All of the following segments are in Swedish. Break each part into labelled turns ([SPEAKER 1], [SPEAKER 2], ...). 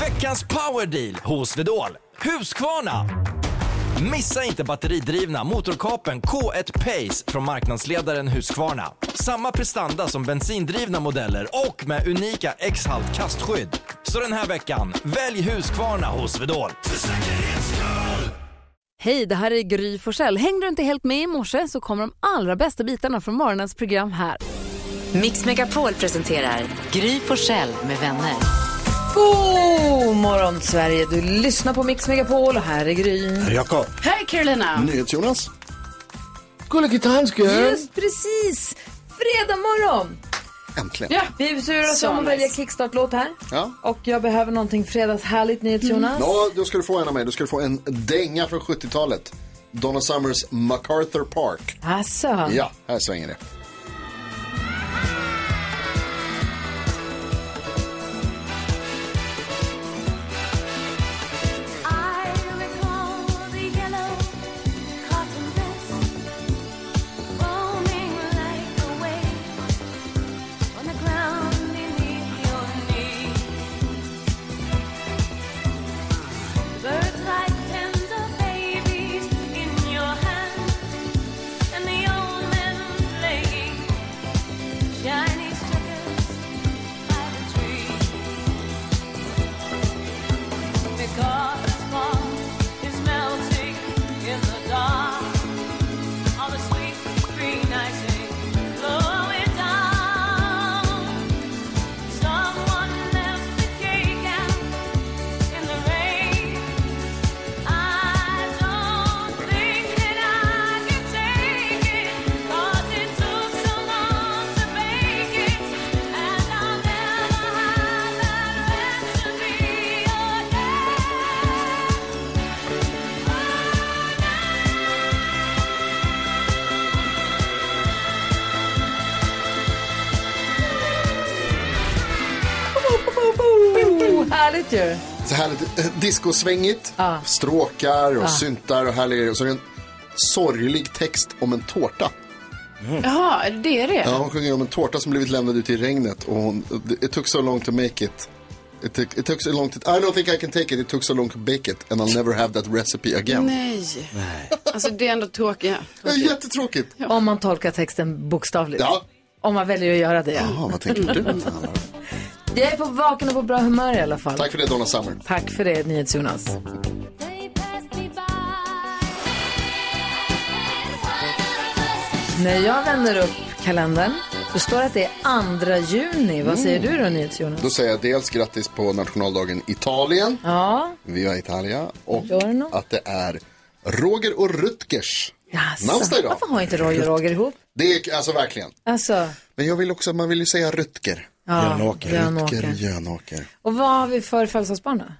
[SPEAKER 1] Veckans power deal hos Vedol. Husqvarna. Missa inte batteridrivna motorkapeln K1 Pace från marknadsledaren Husqvarna. Samma prestanda som bensindrivna modeller och med unika X-halt kastskydd. Så den här veckan, välj Husqvarna hos Vedol.
[SPEAKER 2] Hej, det här är Gry Forssell. Hängde du inte helt med i morse så kommer de allra bästa bitarna från morgonens program här.
[SPEAKER 3] Mix Megapol presenterar Gry Forssell med vänner.
[SPEAKER 2] God morgon Sverige, du lyssnar på Mix Megapol och här är Gry.
[SPEAKER 4] Jakob.
[SPEAKER 5] Hej Carolina.
[SPEAKER 4] NyhetsJonas. Gullige dansken.
[SPEAKER 2] Just precis, fredag morgon.
[SPEAKER 4] Äntligen.
[SPEAKER 5] Ja.
[SPEAKER 2] Vi turas
[SPEAKER 5] Så
[SPEAKER 2] om att
[SPEAKER 5] nice.
[SPEAKER 2] välja kickstart-låt här.
[SPEAKER 4] Ja. Mm.
[SPEAKER 2] Och jag behöver någonting fredagshärligt,
[SPEAKER 5] Mm.
[SPEAKER 2] NyhetsJonas.
[SPEAKER 4] Ja, då ska du få en av mig. Du ska få en dänga från 70-talet. Donna Summers MacArthur Park.
[SPEAKER 2] Alltså.
[SPEAKER 4] Ja, här svänger det.
[SPEAKER 6] Shiny checkers by the tree. Because fall is melting in the dark. All the sweet green icing blowing down. Someone left the cake out in the rain. I don't think that I can take it. 'Cause it took so long to make it. And I'll never have that recipe again.
[SPEAKER 2] Oh, härligt ju.
[SPEAKER 4] Så härligt eh, discosvängigt.
[SPEAKER 2] Ja.
[SPEAKER 4] Stråkar och syntar och härlig. Och så är det en sorglig text om en tårta.
[SPEAKER 5] Jaha, är det är det?
[SPEAKER 4] Ja, hon sjunger om en tårta som blivit lämnad ute i regnet. Och hon, it took so long to make it. It took, it took so long to, I don't think I can take it. It took so long to bake it. And I'll never have that recipe again.
[SPEAKER 5] Nej. Alltså det är ändå tråkigt. Ja,
[SPEAKER 4] Det är jättetråkigt.
[SPEAKER 2] Om man tolkar texten bokstavligt.
[SPEAKER 4] Ja.
[SPEAKER 2] Om man väljer att göra det.
[SPEAKER 4] Jaha, vad tänker du? att det handlar om?
[SPEAKER 2] Jag är på vaken och på bra humör i alla fall.
[SPEAKER 4] Tack för det Donna Summer.
[SPEAKER 2] Tack för det, NyhetsJonas.
[SPEAKER 6] They passed me by.
[SPEAKER 2] När jag vänder upp kalendern så står det att det är 2 juni. Vad säger du då, NyhetsJonas?
[SPEAKER 4] Mm. Då säger jag dels grattis på nationaldagen Italien,
[SPEAKER 2] Ja,
[SPEAKER 4] Viva Italia, och
[SPEAKER 2] Buongiorno.
[SPEAKER 4] att det är Roger och Rutgers namnsdag idag.
[SPEAKER 2] Varför har inte Roy och Roger ihop?
[SPEAKER 4] Det är alltså verkligen.
[SPEAKER 2] Alltså,
[SPEAKER 4] Men jag vill också, man vill ju säga Rutger.
[SPEAKER 2] ja,
[SPEAKER 7] Jönåker.
[SPEAKER 4] Rutger
[SPEAKER 2] Jönåker.
[SPEAKER 4] Jönåker.
[SPEAKER 2] Och vad har vi för födelsedagsbarn då?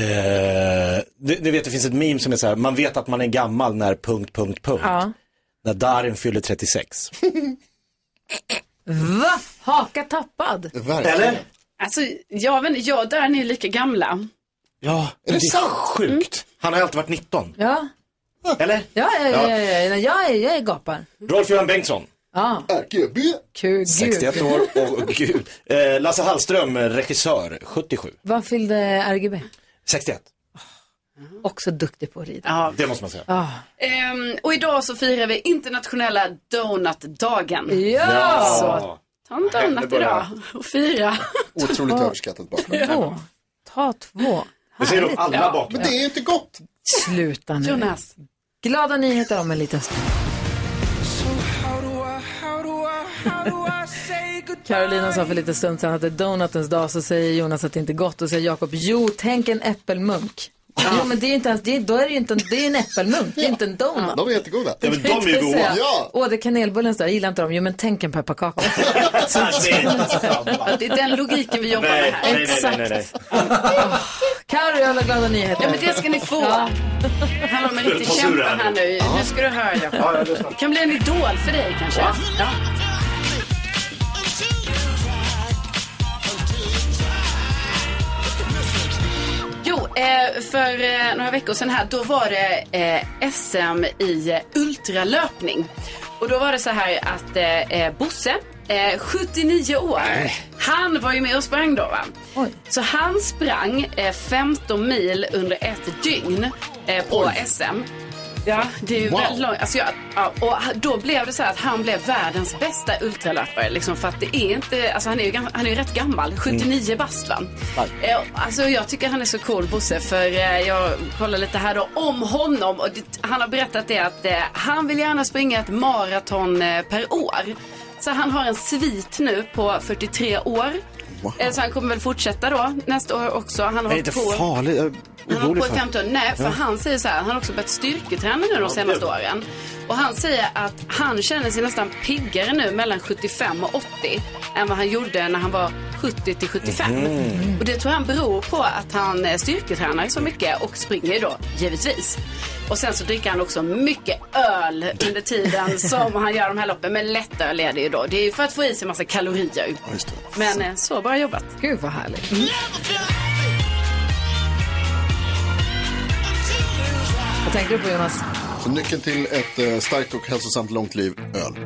[SPEAKER 7] Eh, du, du vet, det finns ett meme som är så här, man vet att man är gammal när punkt, punkt, punkt.
[SPEAKER 2] Ja.
[SPEAKER 7] När Darin fyller 36.
[SPEAKER 2] Va? Haka tappad?
[SPEAKER 4] Verkligen.
[SPEAKER 5] Alltså, jag vet inte, jag där ni är lika gamla.
[SPEAKER 7] Ja, är det, är sjukt. Han har alltid varit 19.
[SPEAKER 2] Ja,
[SPEAKER 7] Eller?
[SPEAKER 2] ja, ja, ja, ja, ja. Nej, jag, är, jag är gapar.
[SPEAKER 7] Rolf-Göran Bengtsson,
[SPEAKER 2] Ja,
[SPEAKER 4] RGB.
[SPEAKER 2] kul. Gud.
[SPEAKER 7] 61 år. Och, och gud. Eh, Lasse Hallström, eh, regissör, 77.
[SPEAKER 2] Vad fyllde RGB?
[SPEAKER 7] 61,
[SPEAKER 2] Också duktig på att rida.
[SPEAKER 5] Ja.
[SPEAKER 7] det måste man säga.
[SPEAKER 5] Ehm, och idag så firar vi internationella donutdagen.
[SPEAKER 2] Ja!
[SPEAKER 5] Så ta en donut
[SPEAKER 7] börjar.
[SPEAKER 5] idag och fira.
[SPEAKER 4] Otroligt överskattat bara.
[SPEAKER 2] Två. Ta två.
[SPEAKER 7] Det säger de alla
[SPEAKER 4] Men
[SPEAKER 7] bakom.
[SPEAKER 4] det är ju inte gott.
[SPEAKER 2] Sluta nu.
[SPEAKER 5] Jonas.
[SPEAKER 2] Glada nyheter om en liten stund. Carolina sa för lite stund sedan att det är donutens dag så säger Jonas att det inte är gott och säger Jakob, jo tänk en äppelmunk. Jo men det är ju inte ens, det är, då är det ju inte en, det är en äppelmunk, det är inte en donut.
[SPEAKER 4] De är jättegoda.
[SPEAKER 7] Ja, men de är ju goda.
[SPEAKER 4] Ja.
[SPEAKER 2] Åh, det är kanelbullens dag, jag gillar inte dem. Jo men tänk en pepparkaka.
[SPEAKER 7] Det är inte samma.
[SPEAKER 5] Ja, Det är den logiken vi jobbar med
[SPEAKER 7] Nej,
[SPEAKER 5] här.
[SPEAKER 7] nej, nej, nej, nej, nej.
[SPEAKER 2] Carro, jag har glada nyheter.
[SPEAKER 5] Ja, men det ska ni få. Hallå, men inte
[SPEAKER 7] Ta sur
[SPEAKER 5] kämpa
[SPEAKER 7] här
[SPEAKER 5] här nu. Nu ska du höra, Jakob. Det kan bli en idol för dig kanske. Ja. Jo, eh, för eh, några veckor sedan här, då var det eh, SM i eh, ultralöpning. Och då var det så här att eh, eh, Bosse, eh, 79 år, han var ju med och sprang då va.
[SPEAKER 2] Oj.
[SPEAKER 5] Så han sprang eh, 15 mil under ett dygn eh, på SM. Ja, det är ju
[SPEAKER 4] Wow.
[SPEAKER 5] väldigt långt. Alltså jag, ja, och h- då blev det så här att han blev världens bästa ultralöpare. Liksom, för att det är inte, alltså han är ju, gam- han är ju rätt gammal, 79 bast va? Eh, alltså jag tycker han är så cool Bosse, för eh, jag kollar lite här då om honom. Och det, han har berättat det att eh, han vill gärna springa ett maraton eh, per år. Så han har en svit nu på 43 år. Eh, Så han kommer väl fortsätta då nästa år också. Han
[SPEAKER 7] Är
[SPEAKER 5] har
[SPEAKER 7] det inte
[SPEAKER 5] hållit på-
[SPEAKER 7] farligt? Jag är
[SPEAKER 5] han har
[SPEAKER 7] orolig
[SPEAKER 5] hållit
[SPEAKER 7] för
[SPEAKER 5] på i 15 år. Nej, för han säger så här, han har också börjat styrketräna nu de senaste åren. Och han säger att han känner sig nästan piggare nu mellan 75 och 80 än vad han gjorde när han var 70 till 75. Och det tror han beror på att han eh, styrketränar så mycket och springer ju då, givetvis. Och sen så dricker han också mycket öl under tiden som han gör de här loppen. Men lättöl är det ju då. Det är ju för att få i sig massa kalorier.
[SPEAKER 4] Just det.
[SPEAKER 5] Men eh, så bara jobbat. Mm.
[SPEAKER 2] Gud vad härligt. Vad tänkte du på Jonas?
[SPEAKER 4] Så nyckeln till ett eh, starkt och hälsosamt långt liv, öl.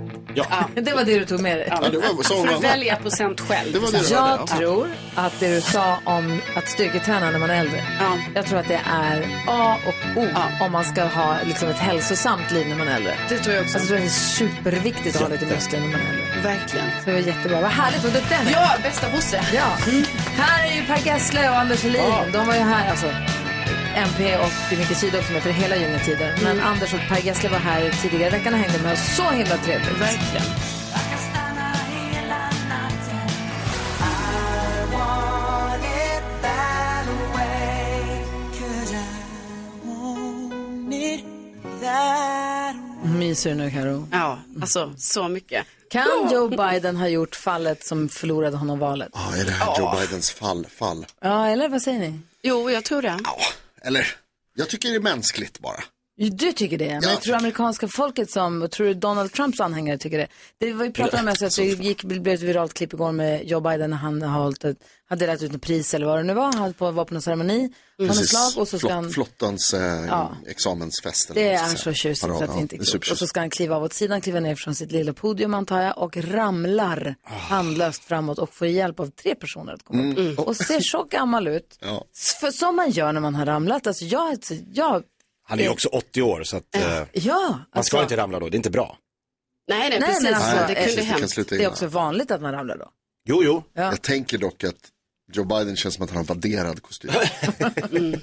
[SPEAKER 2] Det var det du tog med dig.
[SPEAKER 4] Ja, det var så hon
[SPEAKER 5] För att
[SPEAKER 4] var.
[SPEAKER 5] välja procent själv.
[SPEAKER 4] Det var det du hörde.
[SPEAKER 2] Jag tror att det du sa om att styrketräna när man är äldre.
[SPEAKER 5] Ja.
[SPEAKER 2] Jag tror att det är A och O
[SPEAKER 5] Ja.
[SPEAKER 2] om man ska ha liksom, ett hälsosamt liv när man är äldre.
[SPEAKER 5] Det tror jag också.
[SPEAKER 2] Alltså, jag tror att det är superviktigt att ha lite muskler när man är äldre.
[SPEAKER 5] Verkligen.
[SPEAKER 2] Så det var jättebra. Vad härligt, vad duktig han är.
[SPEAKER 5] Ja, bästa Bosse.
[SPEAKER 2] Ja. Här är ju Per Gessle och Anders Helin. De var ju här, alltså MP och Micke Syd också med för hela junioritiden. Men
[SPEAKER 5] Mm.
[SPEAKER 2] Anders och Per Gessle var här tidigare i veckan och hängde med oss. Så himla trevligt.
[SPEAKER 5] Verkligen.
[SPEAKER 2] Myser du nu Karo?
[SPEAKER 5] Ja, alltså så mycket.
[SPEAKER 2] Kan Joe Biden ha gjort fallet som förlorade honom valet?
[SPEAKER 4] Ja, är det här Joe Bidens fall? fall?
[SPEAKER 2] Ja, eller vad säger ni?
[SPEAKER 5] Jo, jag tror det.
[SPEAKER 4] Ja, eller? Jag tycker det är mänskligt bara.
[SPEAKER 2] Du tycker det, men
[SPEAKER 4] Ja.
[SPEAKER 2] jag tror amerikanska folket som, och tror du Donald Trumps anhängare tycker det? Det var ju pratade om alltså att det gick, blev ett viralt klipp igår med Joe Biden när han har hållit ett, har delat ut ett pris eller vad det nu var, han på, var på någon ceremoni, han har slag och så ska
[SPEAKER 4] Flott-
[SPEAKER 2] han,
[SPEAKER 4] Flottans eh, examensfest. eller
[SPEAKER 2] det
[SPEAKER 4] vad
[SPEAKER 2] är
[SPEAKER 4] man
[SPEAKER 2] han
[SPEAKER 4] ska
[SPEAKER 2] så
[SPEAKER 4] säga.
[SPEAKER 2] tjusigt så
[SPEAKER 4] Parad,
[SPEAKER 2] att det inte är
[SPEAKER 4] ja, det är
[SPEAKER 2] klokt. Och så
[SPEAKER 4] supertjusigt.
[SPEAKER 2] ska han kliva av åt sidan, kliva ner från sitt lilla podium antar jag och ramlar
[SPEAKER 4] Ah.
[SPEAKER 2] handlöst framåt och får hjälp av tre personer att komma upp. Och ser så gammal ut,
[SPEAKER 4] Mm. Ja.
[SPEAKER 2] för, som man gör när man har ramlat. Alltså jag, jag
[SPEAKER 7] Han är ju också 80 år så att, eh,
[SPEAKER 2] Ja,
[SPEAKER 7] man ska
[SPEAKER 2] alltså-
[SPEAKER 7] inte ramla då, det är inte bra.
[SPEAKER 5] Nej, nej,
[SPEAKER 2] Nej,
[SPEAKER 5] precis.
[SPEAKER 2] men alltså,
[SPEAKER 5] det
[SPEAKER 2] eh,
[SPEAKER 5] kunde
[SPEAKER 4] Precis, det kan
[SPEAKER 5] hänt.
[SPEAKER 4] sluta
[SPEAKER 2] Det är
[SPEAKER 4] illa.
[SPEAKER 2] också vanligt att man ramlar då.
[SPEAKER 7] Jo, jo.
[SPEAKER 2] Ja.
[SPEAKER 4] Jag tänker dock att Joe Biden känns som att han har vadderad kostym.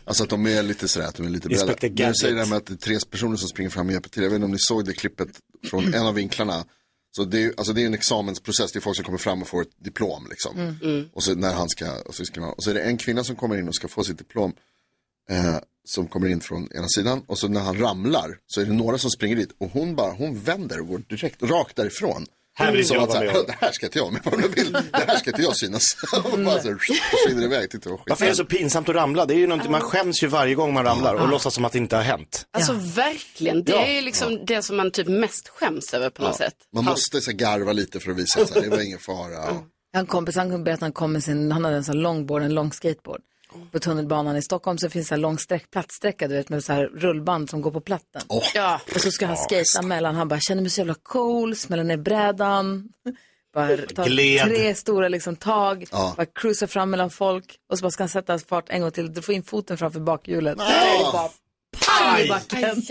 [SPEAKER 4] Alltså att de är lite sådär, att de är lite beredda.
[SPEAKER 7] Inspector
[SPEAKER 4] Du säger det här
[SPEAKER 7] Gadget.
[SPEAKER 4] med att det är tre personer som springer fram och hjälper till. Jag vet inte om ni såg det klippet från en av vinklarna. Så det är ju alltså det är en examensprocess, det är folk som kommer fram och får ett diplom liksom.
[SPEAKER 2] Mm.
[SPEAKER 5] Mm.
[SPEAKER 4] Och, så när han ska, och, så ska man, och så är det en kvinna som kommer in och ska få sitt diplom. Eh, som kommer in från ena sidan och så när han ramlar så är det några som springer dit och hon bara, hon vänder och går direkt, rakt därifrån.
[SPEAKER 7] Här
[SPEAKER 5] Mm.
[SPEAKER 7] vill inte
[SPEAKER 4] Som
[SPEAKER 7] jag
[SPEAKER 4] att så
[SPEAKER 7] vara
[SPEAKER 4] här,
[SPEAKER 7] med om.
[SPEAKER 4] Det här ska inte jag med på den här bilden. Det här ska inte jag synas. Och bara så här, försvinner iväg. Tyckte det var skit.
[SPEAKER 7] Mm. Varför är det så pinsamt att ramla? Det är ju någonting, man skäms ju varje gång man ramlar och låtsas som att det inte har hänt.
[SPEAKER 5] Alltså verkligen, det
[SPEAKER 7] Ja.
[SPEAKER 5] är liksom det som man typ mest skäms över på något sätt.
[SPEAKER 4] Man måste så här, garva lite för att visa att så här, det var ingen fara. Och...
[SPEAKER 2] En kompis han berättade att han kom med sin, han hade en sån longboard, en lång skateboard. På tunnelbanan i Stockholm så finns en lång sträck, plattsträcka du vet med så här rullband som går på platten.
[SPEAKER 5] Ja,
[SPEAKER 2] Och så ska han skata mellan, han bara känner mig så jävla cool, smäller ner brädan. Bara tar
[SPEAKER 7] Gled.
[SPEAKER 2] tre stora liksom tag,
[SPEAKER 4] Ja.
[SPEAKER 2] bara cruisar fram mellan folk och så bara ska han sätta fart en gång till, du får in foten framför bakhjulet.
[SPEAKER 7] Ah!
[SPEAKER 2] Det är bara pang i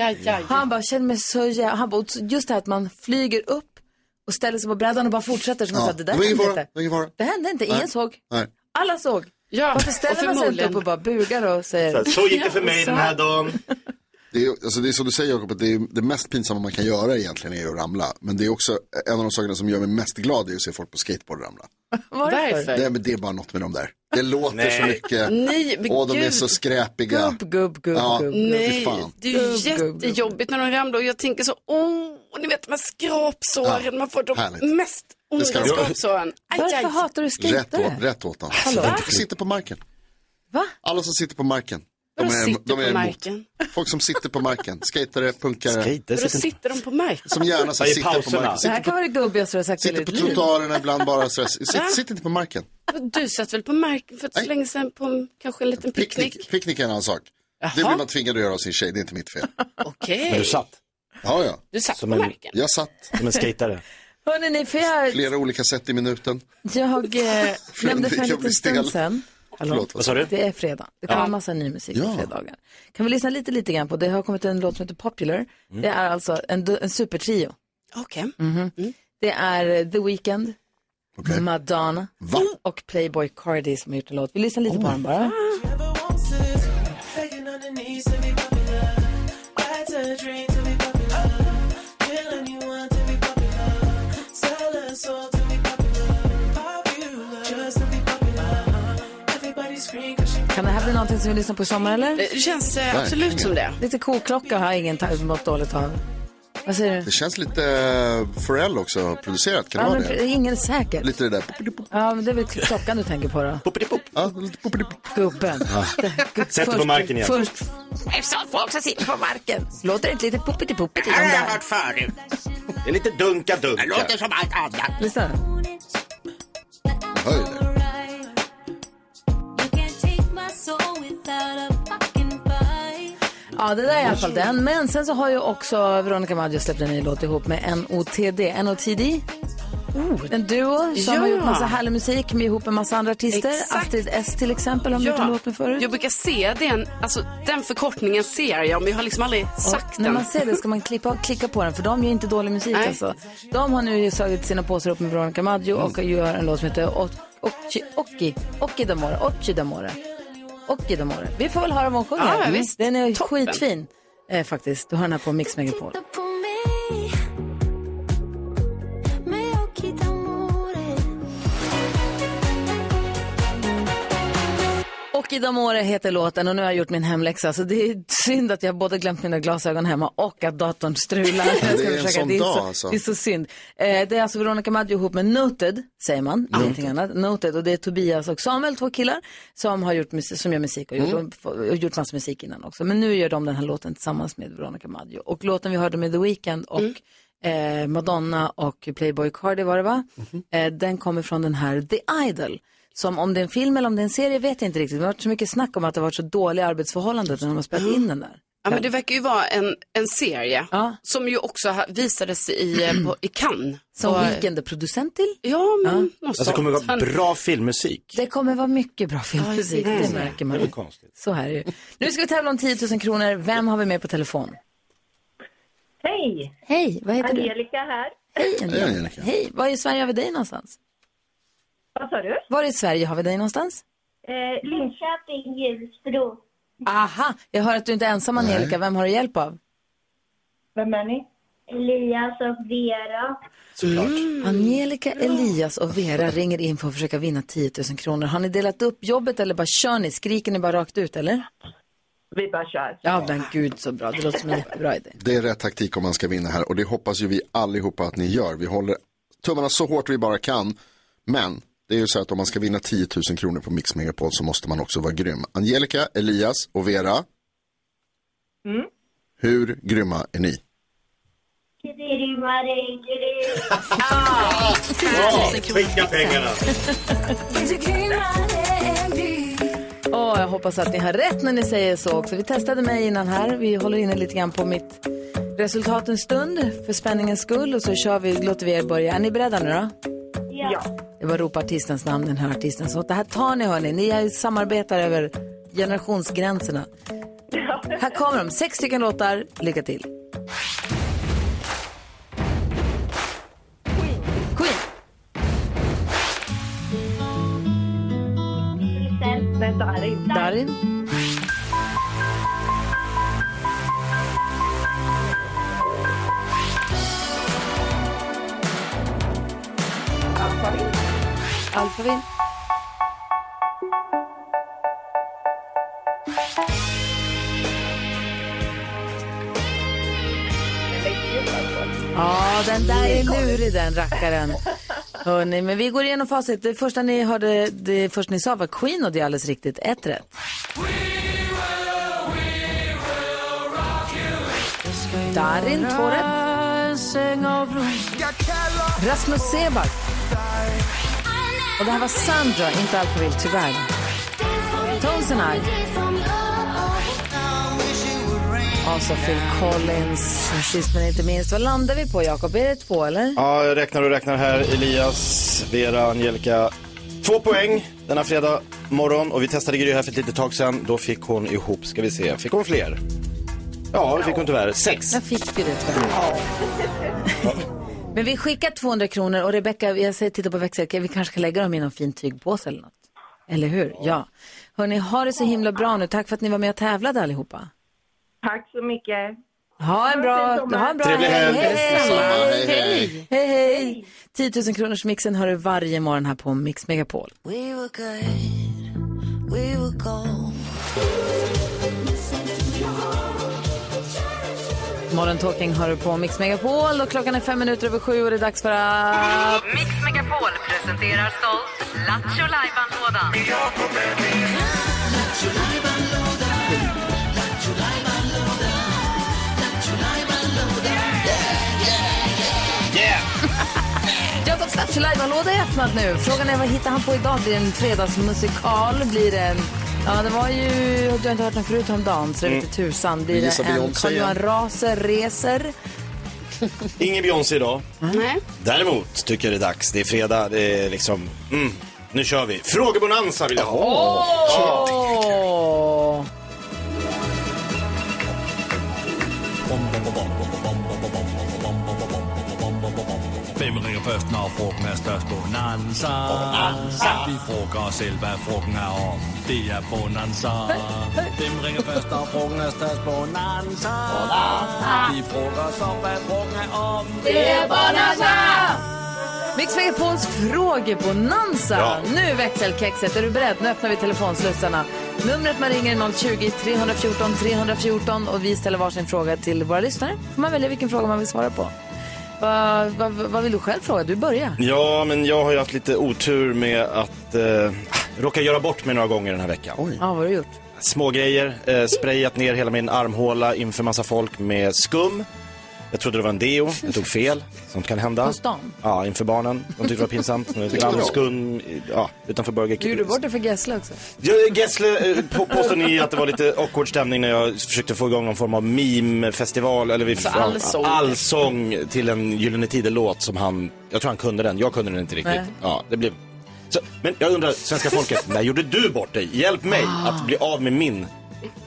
[SPEAKER 2] backen. Han bara, känner mig så jävla... Han bara, och så just det här att man flyger upp och ställer sig på brädan och bara fortsätter. Som
[SPEAKER 4] Ja.
[SPEAKER 2] att det där
[SPEAKER 4] det var ingen
[SPEAKER 2] hände
[SPEAKER 4] fara.
[SPEAKER 2] inte.
[SPEAKER 4] Det var ingen fara.
[SPEAKER 2] Det hände inte, ingen
[SPEAKER 4] Nej.
[SPEAKER 2] såg.
[SPEAKER 4] Nej.
[SPEAKER 2] Alla såg.
[SPEAKER 5] ja.
[SPEAKER 2] Varför
[SPEAKER 5] och
[SPEAKER 2] ställer man sig inte
[SPEAKER 5] förmodligen-
[SPEAKER 2] upp och bara bugar och säger...
[SPEAKER 7] Så gick det för mig den här dagen.
[SPEAKER 4] Det, är, alltså, det är som du säger Jakob, att det, är, det mest pinsamma man kan göra egentligen är ju att ramla. Men det är också eh, en av de sakerna som gör mig mest glad är att se folk på skateboard ramla.
[SPEAKER 2] Varför?
[SPEAKER 5] Varför?
[SPEAKER 4] Nej, men det är bara något med dem där. Det låter så
[SPEAKER 7] Nej.
[SPEAKER 4] mycket.
[SPEAKER 5] Nej, men
[SPEAKER 4] Åh, de är
[SPEAKER 5] gud.
[SPEAKER 4] så skräpiga.
[SPEAKER 2] Gubb, gubb, gubb,
[SPEAKER 4] Ja.
[SPEAKER 2] gubb.
[SPEAKER 4] Fy
[SPEAKER 5] Nej,
[SPEAKER 4] fan.
[SPEAKER 5] det är ju
[SPEAKER 2] Gubb, gubb, gubb.
[SPEAKER 5] jättejobbigt när de ramlar och jag tänker så, åh, och ni vet de här skrapsåren, man får de
[SPEAKER 4] härligt.
[SPEAKER 5] mest onda
[SPEAKER 4] ska de-
[SPEAKER 5] skrapsåren. Aj, aj.
[SPEAKER 2] Varför hatar du
[SPEAKER 4] Rätt åt,
[SPEAKER 2] skejtare?
[SPEAKER 4] rätt åt dem. Folk som sitter på marken.
[SPEAKER 2] Va?
[SPEAKER 4] Alla som sitter på marken.
[SPEAKER 5] Vadå sitter på
[SPEAKER 4] emot.
[SPEAKER 5] marken?
[SPEAKER 4] Folk som sitter på marken. Skatare, punkare.
[SPEAKER 7] Skejter,
[SPEAKER 5] Då
[SPEAKER 7] sitter inte-
[SPEAKER 5] sitter de på marken.
[SPEAKER 4] Som gärna så här,
[SPEAKER 7] Ja, i
[SPEAKER 4] sitter på
[SPEAKER 7] pauserna.
[SPEAKER 4] marken.
[SPEAKER 2] Det
[SPEAKER 4] Sitter
[SPEAKER 2] här
[SPEAKER 4] på,
[SPEAKER 2] kan vara det gubbigaste du har sagt i
[SPEAKER 4] sitter
[SPEAKER 2] ditt
[SPEAKER 4] på
[SPEAKER 2] liv.
[SPEAKER 4] trottoarerna ibland bara. Så där. Sitt, sitt inte på marken.
[SPEAKER 5] Du satt väl på marken för så
[SPEAKER 4] Nej.
[SPEAKER 5] länge sedan på en- kanske en liten
[SPEAKER 4] Picknick,
[SPEAKER 5] picknick?
[SPEAKER 4] picknick är en annan sak. Det blir man tvingad att göra av sin tjej, det är inte mitt fel.
[SPEAKER 5] Okej,
[SPEAKER 7] Men du satt
[SPEAKER 4] Ja, ja.
[SPEAKER 5] du satt på
[SPEAKER 7] Som en-
[SPEAKER 5] marken.
[SPEAKER 4] Jag satt
[SPEAKER 7] som en skejtare.
[SPEAKER 2] Hörrni, ni, för jag,
[SPEAKER 4] flera olika sätt i minuten.
[SPEAKER 2] jag eh, nämnde för en
[SPEAKER 4] jag blir
[SPEAKER 2] liten
[SPEAKER 4] stel.
[SPEAKER 2] stund sen Hallå.
[SPEAKER 7] Vad sa du?
[SPEAKER 2] Det är fredag. Det kommer massa ny musik på
[SPEAKER 4] Ja.
[SPEAKER 2] fredagar. Kan vi lyssna lite, lite grann på? Det har kommit en låt som heter Popular.
[SPEAKER 4] Mm.
[SPEAKER 2] Det är alltså en, du- en supertrio.
[SPEAKER 5] Okej.
[SPEAKER 2] Det är eh, The Weeknd,
[SPEAKER 4] Okej.
[SPEAKER 2] Madonna
[SPEAKER 4] Va? Oh.
[SPEAKER 2] och Playboy Cardi som har gjort en låt. Vi lyssnar lite på den bara. Kan det här bli någonting som vi lyssnar på i sommar eller?
[SPEAKER 5] Det känns eh, absolut som det.
[SPEAKER 2] Lite koklocka har jag ingen ta- mått dåligt av. Vad säger du?
[SPEAKER 4] Det känns lite eh, Pharrell också producerat, kan det
[SPEAKER 2] Ja,
[SPEAKER 4] vara
[SPEAKER 2] men,
[SPEAKER 4] det?
[SPEAKER 2] ingen är säker.
[SPEAKER 4] Lite det där.
[SPEAKER 2] Ja, men det är väl klockan du tänker på då?
[SPEAKER 4] Ja, lite poppidi-pop.
[SPEAKER 2] Gubben.
[SPEAKER 7] Sätt dig på marken igen.
[SPEAKER 2] Först, eftersom folk som sitter på marken. Låter det inte lite poppity-poppity? om det här?
[SPEAKER 7] förut. Det är lite dunka-dunka. Det låter som allt annat.
[SPEAKER 2] Lyssna.
[SPEAKER 4] Höj det.
[SPEAKER 2] Ja, det där är i alla fall den. Men sen så har ju också Veronica Maggio släppt en ny låt ihop med NOTD. NOTD? Oh, en duo som har
[SPEAKER 5] Ja.
[SPEAKER 2] gjort massa härlig musik med ihop med massa andra artister.
[SPEAKER 5] Exakt.
[SPEAKER 2] Astrid S till exempel har de gjort en låt med förut.
[SPEAKER 5] Jag brukar se den, alltså, den förkortningen ser jag, men jag har liksom aldrig sagt
[SPEAKER 2] Och när
[SPEAKER 5] den.
[SPEAKER 2] man ser det ska man klippa och klicka på den för de gör inte dålig musik
[SPEAKER 5] Nej.
[SPEAKER 2] alltså. De har nu slagit sina påsar upp med Veronica Maggio och gör en låt som heter Ot- Occhi, Occhi, Occhi d'amore, Occhi d'amore, Occhi d'amore. Vi får väl höra vad hon sjunger. Mm.
[SPEAKER 5] Ja, ja, visst.
[SPEAKER 2] Den är
[SPEAKER 5] Toppen.
[SPEAKER 2] skitfin eh, faktiskt. Du hör den här på Mix Megapol. Occhi d'amore heter låten och nu har jag gjort min hemläxa så det är synd att jag både glömt mina glasögon hemma och att datorn strular. Jag ska
[SPEAKER 4] det är en
[SPEAKER 2] försöka-
[SPEAKER 4] sån
[SPEAKER 2] det är
[SPEAKER 4] dag,
[SPEAKER 2] så,
[SPEAKER 4] alltså.
[SPEAKER 2] Det är så synd. Eh, det är alltså Veronica Maggio ihop med Noted, säger man. Ingenting annat. Noted och det är Tobias och Samuel, två killar, som, har gjort musik, som gör musik och,
[SPEAKER 5] Mm.
[SPEAKER 2] gjort, och gjort massa musik innan också. Men nu gör de den här låten tillsammans med Veronica Maggio. Och låten vi hörde med The Weeknd och
[SPEAKER 5] Mm.
[SPEAKER 2] eh, Madonna och Playboy Cardi var det va?
[SPEAKER 5] Mhm.
[SPEAKER 2] eh, den kommer från den här The Idol. Som om det är en film eller om det är en serie vet jag inte riktigt. Men det har varit så mycket snack om att det har varit så dåliga arbetsförhållanden när de har spelat in den där.
[SPEAKER 5] Ja, men det verkar ju vara en, en serie
[SPEAKER 2] Ja.
[SPEAKER 5] som ju också ha- visades i, eh, på, i Cannes.
[SPEAKER 2] Som
[SPEAKER 5] Och-
[SPEAKER 2] Weeknd är producent till.
[SPEAKER 5] Ja, men något
[SPEAKER 7] Alltså det kommer
[SPEAKER 5] sånt.
[SPEAKER 7] vara bra filmmusik. Mm.
[SPEAKER 2] Det kommer vara mycket bra filmmusik, det märker man.
[SPEAKER 7] konstigt.
[SPEAKER 2] Så här är det. Nu ska vi tävla om 10 000 kronor. Vem har vi med på telefon?
[SPEAKER 8] Hej!
[SPEAKER 2] Hej, vad heter du?
[SPEAKER 8] Angelica här.
[SPEAKER 2] Hej, Angelica.
[SPEAKER 4] Hej, Angelica.
[SPEAKER 2] Hej, var i Sverige har vi dig någonstans?
[SPEAKER 8] Vad sa du?
[SPEAKER 2] Var i Sverige har vi dig någonstans?
[SPEAKER 8] Eh, Linköping, Ljusbro.
[SPEAKER 2] Aha, jag hör att du inte är ensam Angelica. Vem har du hjälp av?
[SPEAKER 8] Vem är ni? Elias och Vera.
[SPEAKER 2] Mm. Angelica, Elias och Vera ringer in för att försöka vinna 10 000 kronor. Har ni delat upp jobbet eller bara kör ni? Skriker ni bara rakt ut eller?
[SPEAKER 8] Vi bara kör.
[SPEAKER 2] Ja, men gud så bra. Det låter som en jättebra idé.
[SPEAKER 4] Det är rätt taktik om man ska vinna här och det hoppas ju vi allihopa att ni gör. Vi håller tummarna så hårt vi bara kan. Men det är ju så att om man ska vinna 10 000 kronor på Mix Megapol så måste man också vara grym. Angelica, Elias och Vera.
[SPEAKER 8] Mm.
[SPEAKER 4] Hur grymma är ni?
[SPEAKER 7] Skicka pengarna.
[SPEAKER 2] Åh, jag hoppas att ni har rätt när ni säger så också. Vi testade mig innan här. Vi håller inne lite grann på mitt resultat en stund för spänningens skull och så kör vi, låter vi er börja. Är ni beredda nu då?
[SPEAKER 8] Ja.
[SPEAKER 2] Det var ropa artistens namn, den här artisten. Så det här tar ni hörni. Ni är- samarbetar över generationsgränserna. Här kommer de, sex stycken låtar. Lycka till. Queen.
[SPEAKER 8] Vänta, är det inte?
[SPEAKER 2] Darin. Alphaville. Ja, den där är lurig den rackaren. Hörrni, men vi går igenom facit. Det första ni hörde, det första ni sa var Queen och det är alldeles riktigt. Ett rätt. Darin, två rätt. Rasmus Seback. Och det här var Sandra, inte Alphaville, tyvärr. Tones and I. Och så Phil Collins. Sist men inte minst, vad landar vi på, Jakob? Är det två, eller?
[SPEAKER 7] Ja, jag räknar och räknar här. Elias, Vera, Angelica. Två poäng denna fredag. morgon och vi testade Gry här för ett litet tag sedan. Då fick hon ihop, ska vi se, fick hon fler? Ja, det fick hon tyvärr. Sex. Mm.
[SPEAKER 2] Jag fick ju det tyvärr. Men vi skickar 200 kronor och Rebecka, jag säger titta på växeln, vi kanske kan lägga dem i någon fin tygpåse eller något. Eller hur? Ja. Hörni, ha det så himla bra nu. Tack för att ni var med och tävlade allihopa.
[SPEAKER 8] Tack så mycket.
[SPEAKER 2] Ha en bra, ha en bra
[SPEAKER 7] Trevlig helg.
[SPEAKER 4] Samma, hej, hej.
[SPEAKER 2] Hej, hej. 10 000 kronors mixen hör du varje morgon här på Mix Megapol. Morgon Talking hör du på Mix Megapol och klockan är fem minuter över sju och det är dags för att...
[SPEAKER 3] Mix Megapol presenterar stolt Lattjo Lajban-lådan.
[SPEAKER 2] Jakobs Lattjo Lajban-låda är öppnad nu. Frågan är vad hittar han på idag? Blir det en fredagsmusikal? Blir det en... Ja, det var ju... Du har inte hört den förut om dagen, så det är lite tusan. Blir det
[SPEAKER 4] Gissa
[SPEAKER 2] en
[SPEAKER 4] Mm. Beyoncé igen.
[SPEAKER 2] Carl-Johan Raser reser?
[SPEAKER 7] Ingen Beyoncé idag.
[SPEAKER 5] Nej.
[SPEAKER 7] Däremot tycker jag det är dags. Det är fredag, det är liksom, mm, nu kör vi. Frågebonanza vill jag ha.
[SPEAKER 2] Åh!
[SPEAKER 9] Hvem ringer først, når frugten er størst? Bonanza. Bonanza. Vi frugger os selv, hvad frugten er om. Det er bonanza. Hvem ringer først, når frugten er størst? Bonanza. Bonanza. Vi frugger os op, hvad frugten er om.
[SPEAKER 2] Mix Megapols frågebonanza. Nu växelkexet. Är du beredd? Nu öppnar vi telefonslussarna. Numret man ringer är 020-314 314 och vi ställer varsin fråga till våra lyssnare. Får man välja vilken fråga man vill svara på. Vad vad- vad vill du själv fråga? Du börjar.
[SPEAKER 7] Ja, men jag har ju haft lite otur med att eh, råka göra bort mig några gånger den här veckan.
[SPEAKER 2] Ja, vad har du gjort?
[SPEAKER 7] Små grejer, eh, sprayat ner hela min armhåla inför massa folk med skum. Jag trodde det var en deo, jag tog fel. Sånt kan hända.
[SPEAKER 2] På stan?
[SPEAKER 7] Ja, inför barnen. De tyckte det var pinsamt. Men
[SPEAKER 4] du?
[SPEAKER 7] Skum, i- ja, utanför Burger
[SPEAKER 2] Du
[SPEAKER 7] King.
[SPEAKER 2] gjorde bort det för Gessle också.
[SPEAKER 7] Ja, Gessle eh, på- påstår ni att det var lite awkward stämning när jag försökte få igång någon form av meme-festival eller vi,
[SPEAKER 5] Alltså allsång.
[SPEAKER 7] allsång till en Gyllene Tider-låt som han, jag tror han kunde den, jag kunde den inte riktigt.
[SPEAKER 2] Nej.
[SPEAKER 7] Ja, det blev... så, men jag undrar, svenska folket, när gjorde du bort dig? Hjälp mig
[SPEAKER 2] Ah.
[SPEAKER 7] att bli av med min.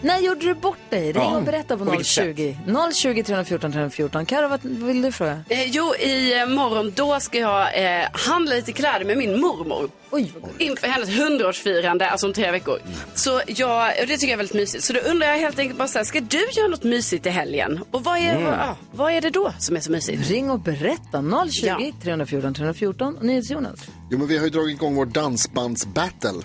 [SPEAKER 2] När gjorde du bort dig? Ring
[SPEAKER 7] Ja.
[SPEAKER 2] och berätta
[SPEAKER 7] På
[SPEAKER 2] på
[SPEAKER 7] vilket
[SPEAKER 2] 020. 020 314 314. Karo, vad vill du fråga?
[SPEAKER 5] Eh, jo, i eh, morgon då ska jag eh, handla lite kläder med min mormor.
[SPEAKER 2] Oj, vad Mm. gott.
[SPEAKER 5] Inför hennes hundraårsfirande, alltså om tre veckor. Så jag, och det tycker jag är väldigt mysigt. Så då undrar jag helt enkelt bara så här, ska du göra något mysigt i helgen? Och vad
[SPEAKER 7] Mm.
[SPEAKER 5] är, vad, ja, vad är det då som är så mysigt?
[SPEAKER 2] Ring och berätta. 020
[SPEAKER 5] Ja.
[SPEAKER 2] 314 314. Och NyhetsJonas.
[SPEAKER 4] Jo, men vi har ju dragit igång vår dansbandsbattle.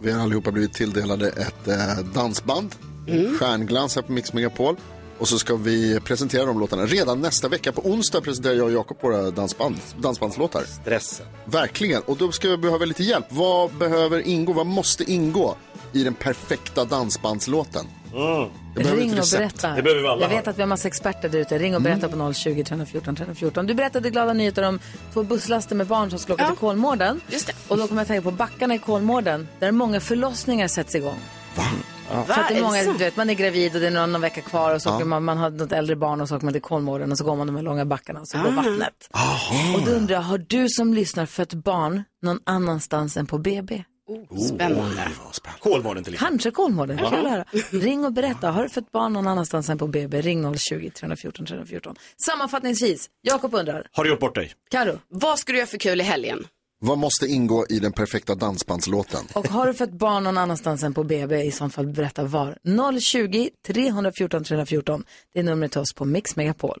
[SPEAKER 4] Vi har allihopa blivit tilldelade ett eh, dansband,
[SPEAKER 2] Mm.
[SPEAKER 4] Stjärnglans här på Mix Megapol. Och så ska vi presentera de låtarna. Redan nästa vecka, på onsdag, presenterar jag och Jakob våra dansband, dansbandslåtar.
[SPEAKER 7] Stressen.
[SPEAKER 4] Verkligen. Och då ska vi behöva lite hjälp. Vad behöver ingå, vad måste ingå i den perfekta dansbandslåten? Det behöver
[SPEAKER 2] Ring
[SPEAKER 4] ett
[SPEAKER 2] och
[SPEAKER 4] recept.
[SPEAKER 2] berätta.
[SPEAKER 7] Mm. Det behöver vi alla Mm.
[SPEAKER 2] jag vet att vi har massa experter där ute. Ring och berätta på 020 314 314. Du berättade glada nyheter om två busslaster med barn som skulle åka till Kolmården.
[SPEAKER 5] Just det.
[SPEAKER 2] Och då kommer jag att tänka på backarna i Kolmården där många förlossningar sätts igång. För att det är
[SPEAKER 5] Va,
[SPEAKER 2] många,
[SPEAKER 5] är det
[SPEAKER 2] du
[SPEAKER 5] så?
[SPEAKER 2] vet, man är gravid och det är någon, någon vecka kvar och så åker man, man har något äldre barn och så åker man till Kolmården och så går man de här långa backarna och så går vattnet. Och då undrar jag, har du som lyssnar fött barn någon annanstans än på BB?
[SPEAKER 5] Oh, Spännande.
[SPEAKER 7] Oh, Kolmården till exempel.
[SPEAKER 2] Kanske Kolmården. Kul att höra. Ring och berätta. Har du fött barn någon annanstans än på BB? Ring 020 314 314. Sammanfattningsvis, Jakob undrar.
[SPEAKER 7] Har du gjort bort dig?
[SPEAKER 2] Karo.
[SPEAKER 5] Vad ska du göra för kul i helgen?
[SPEAKER 4] Vad måste ingå i den perfekta dansbandslåten?
[SPEAKER 2] Och har du fött barn någon annanstans än på BB? I så fall berätta var. 020 314 314. Det är numret till oss på Mix Megapol.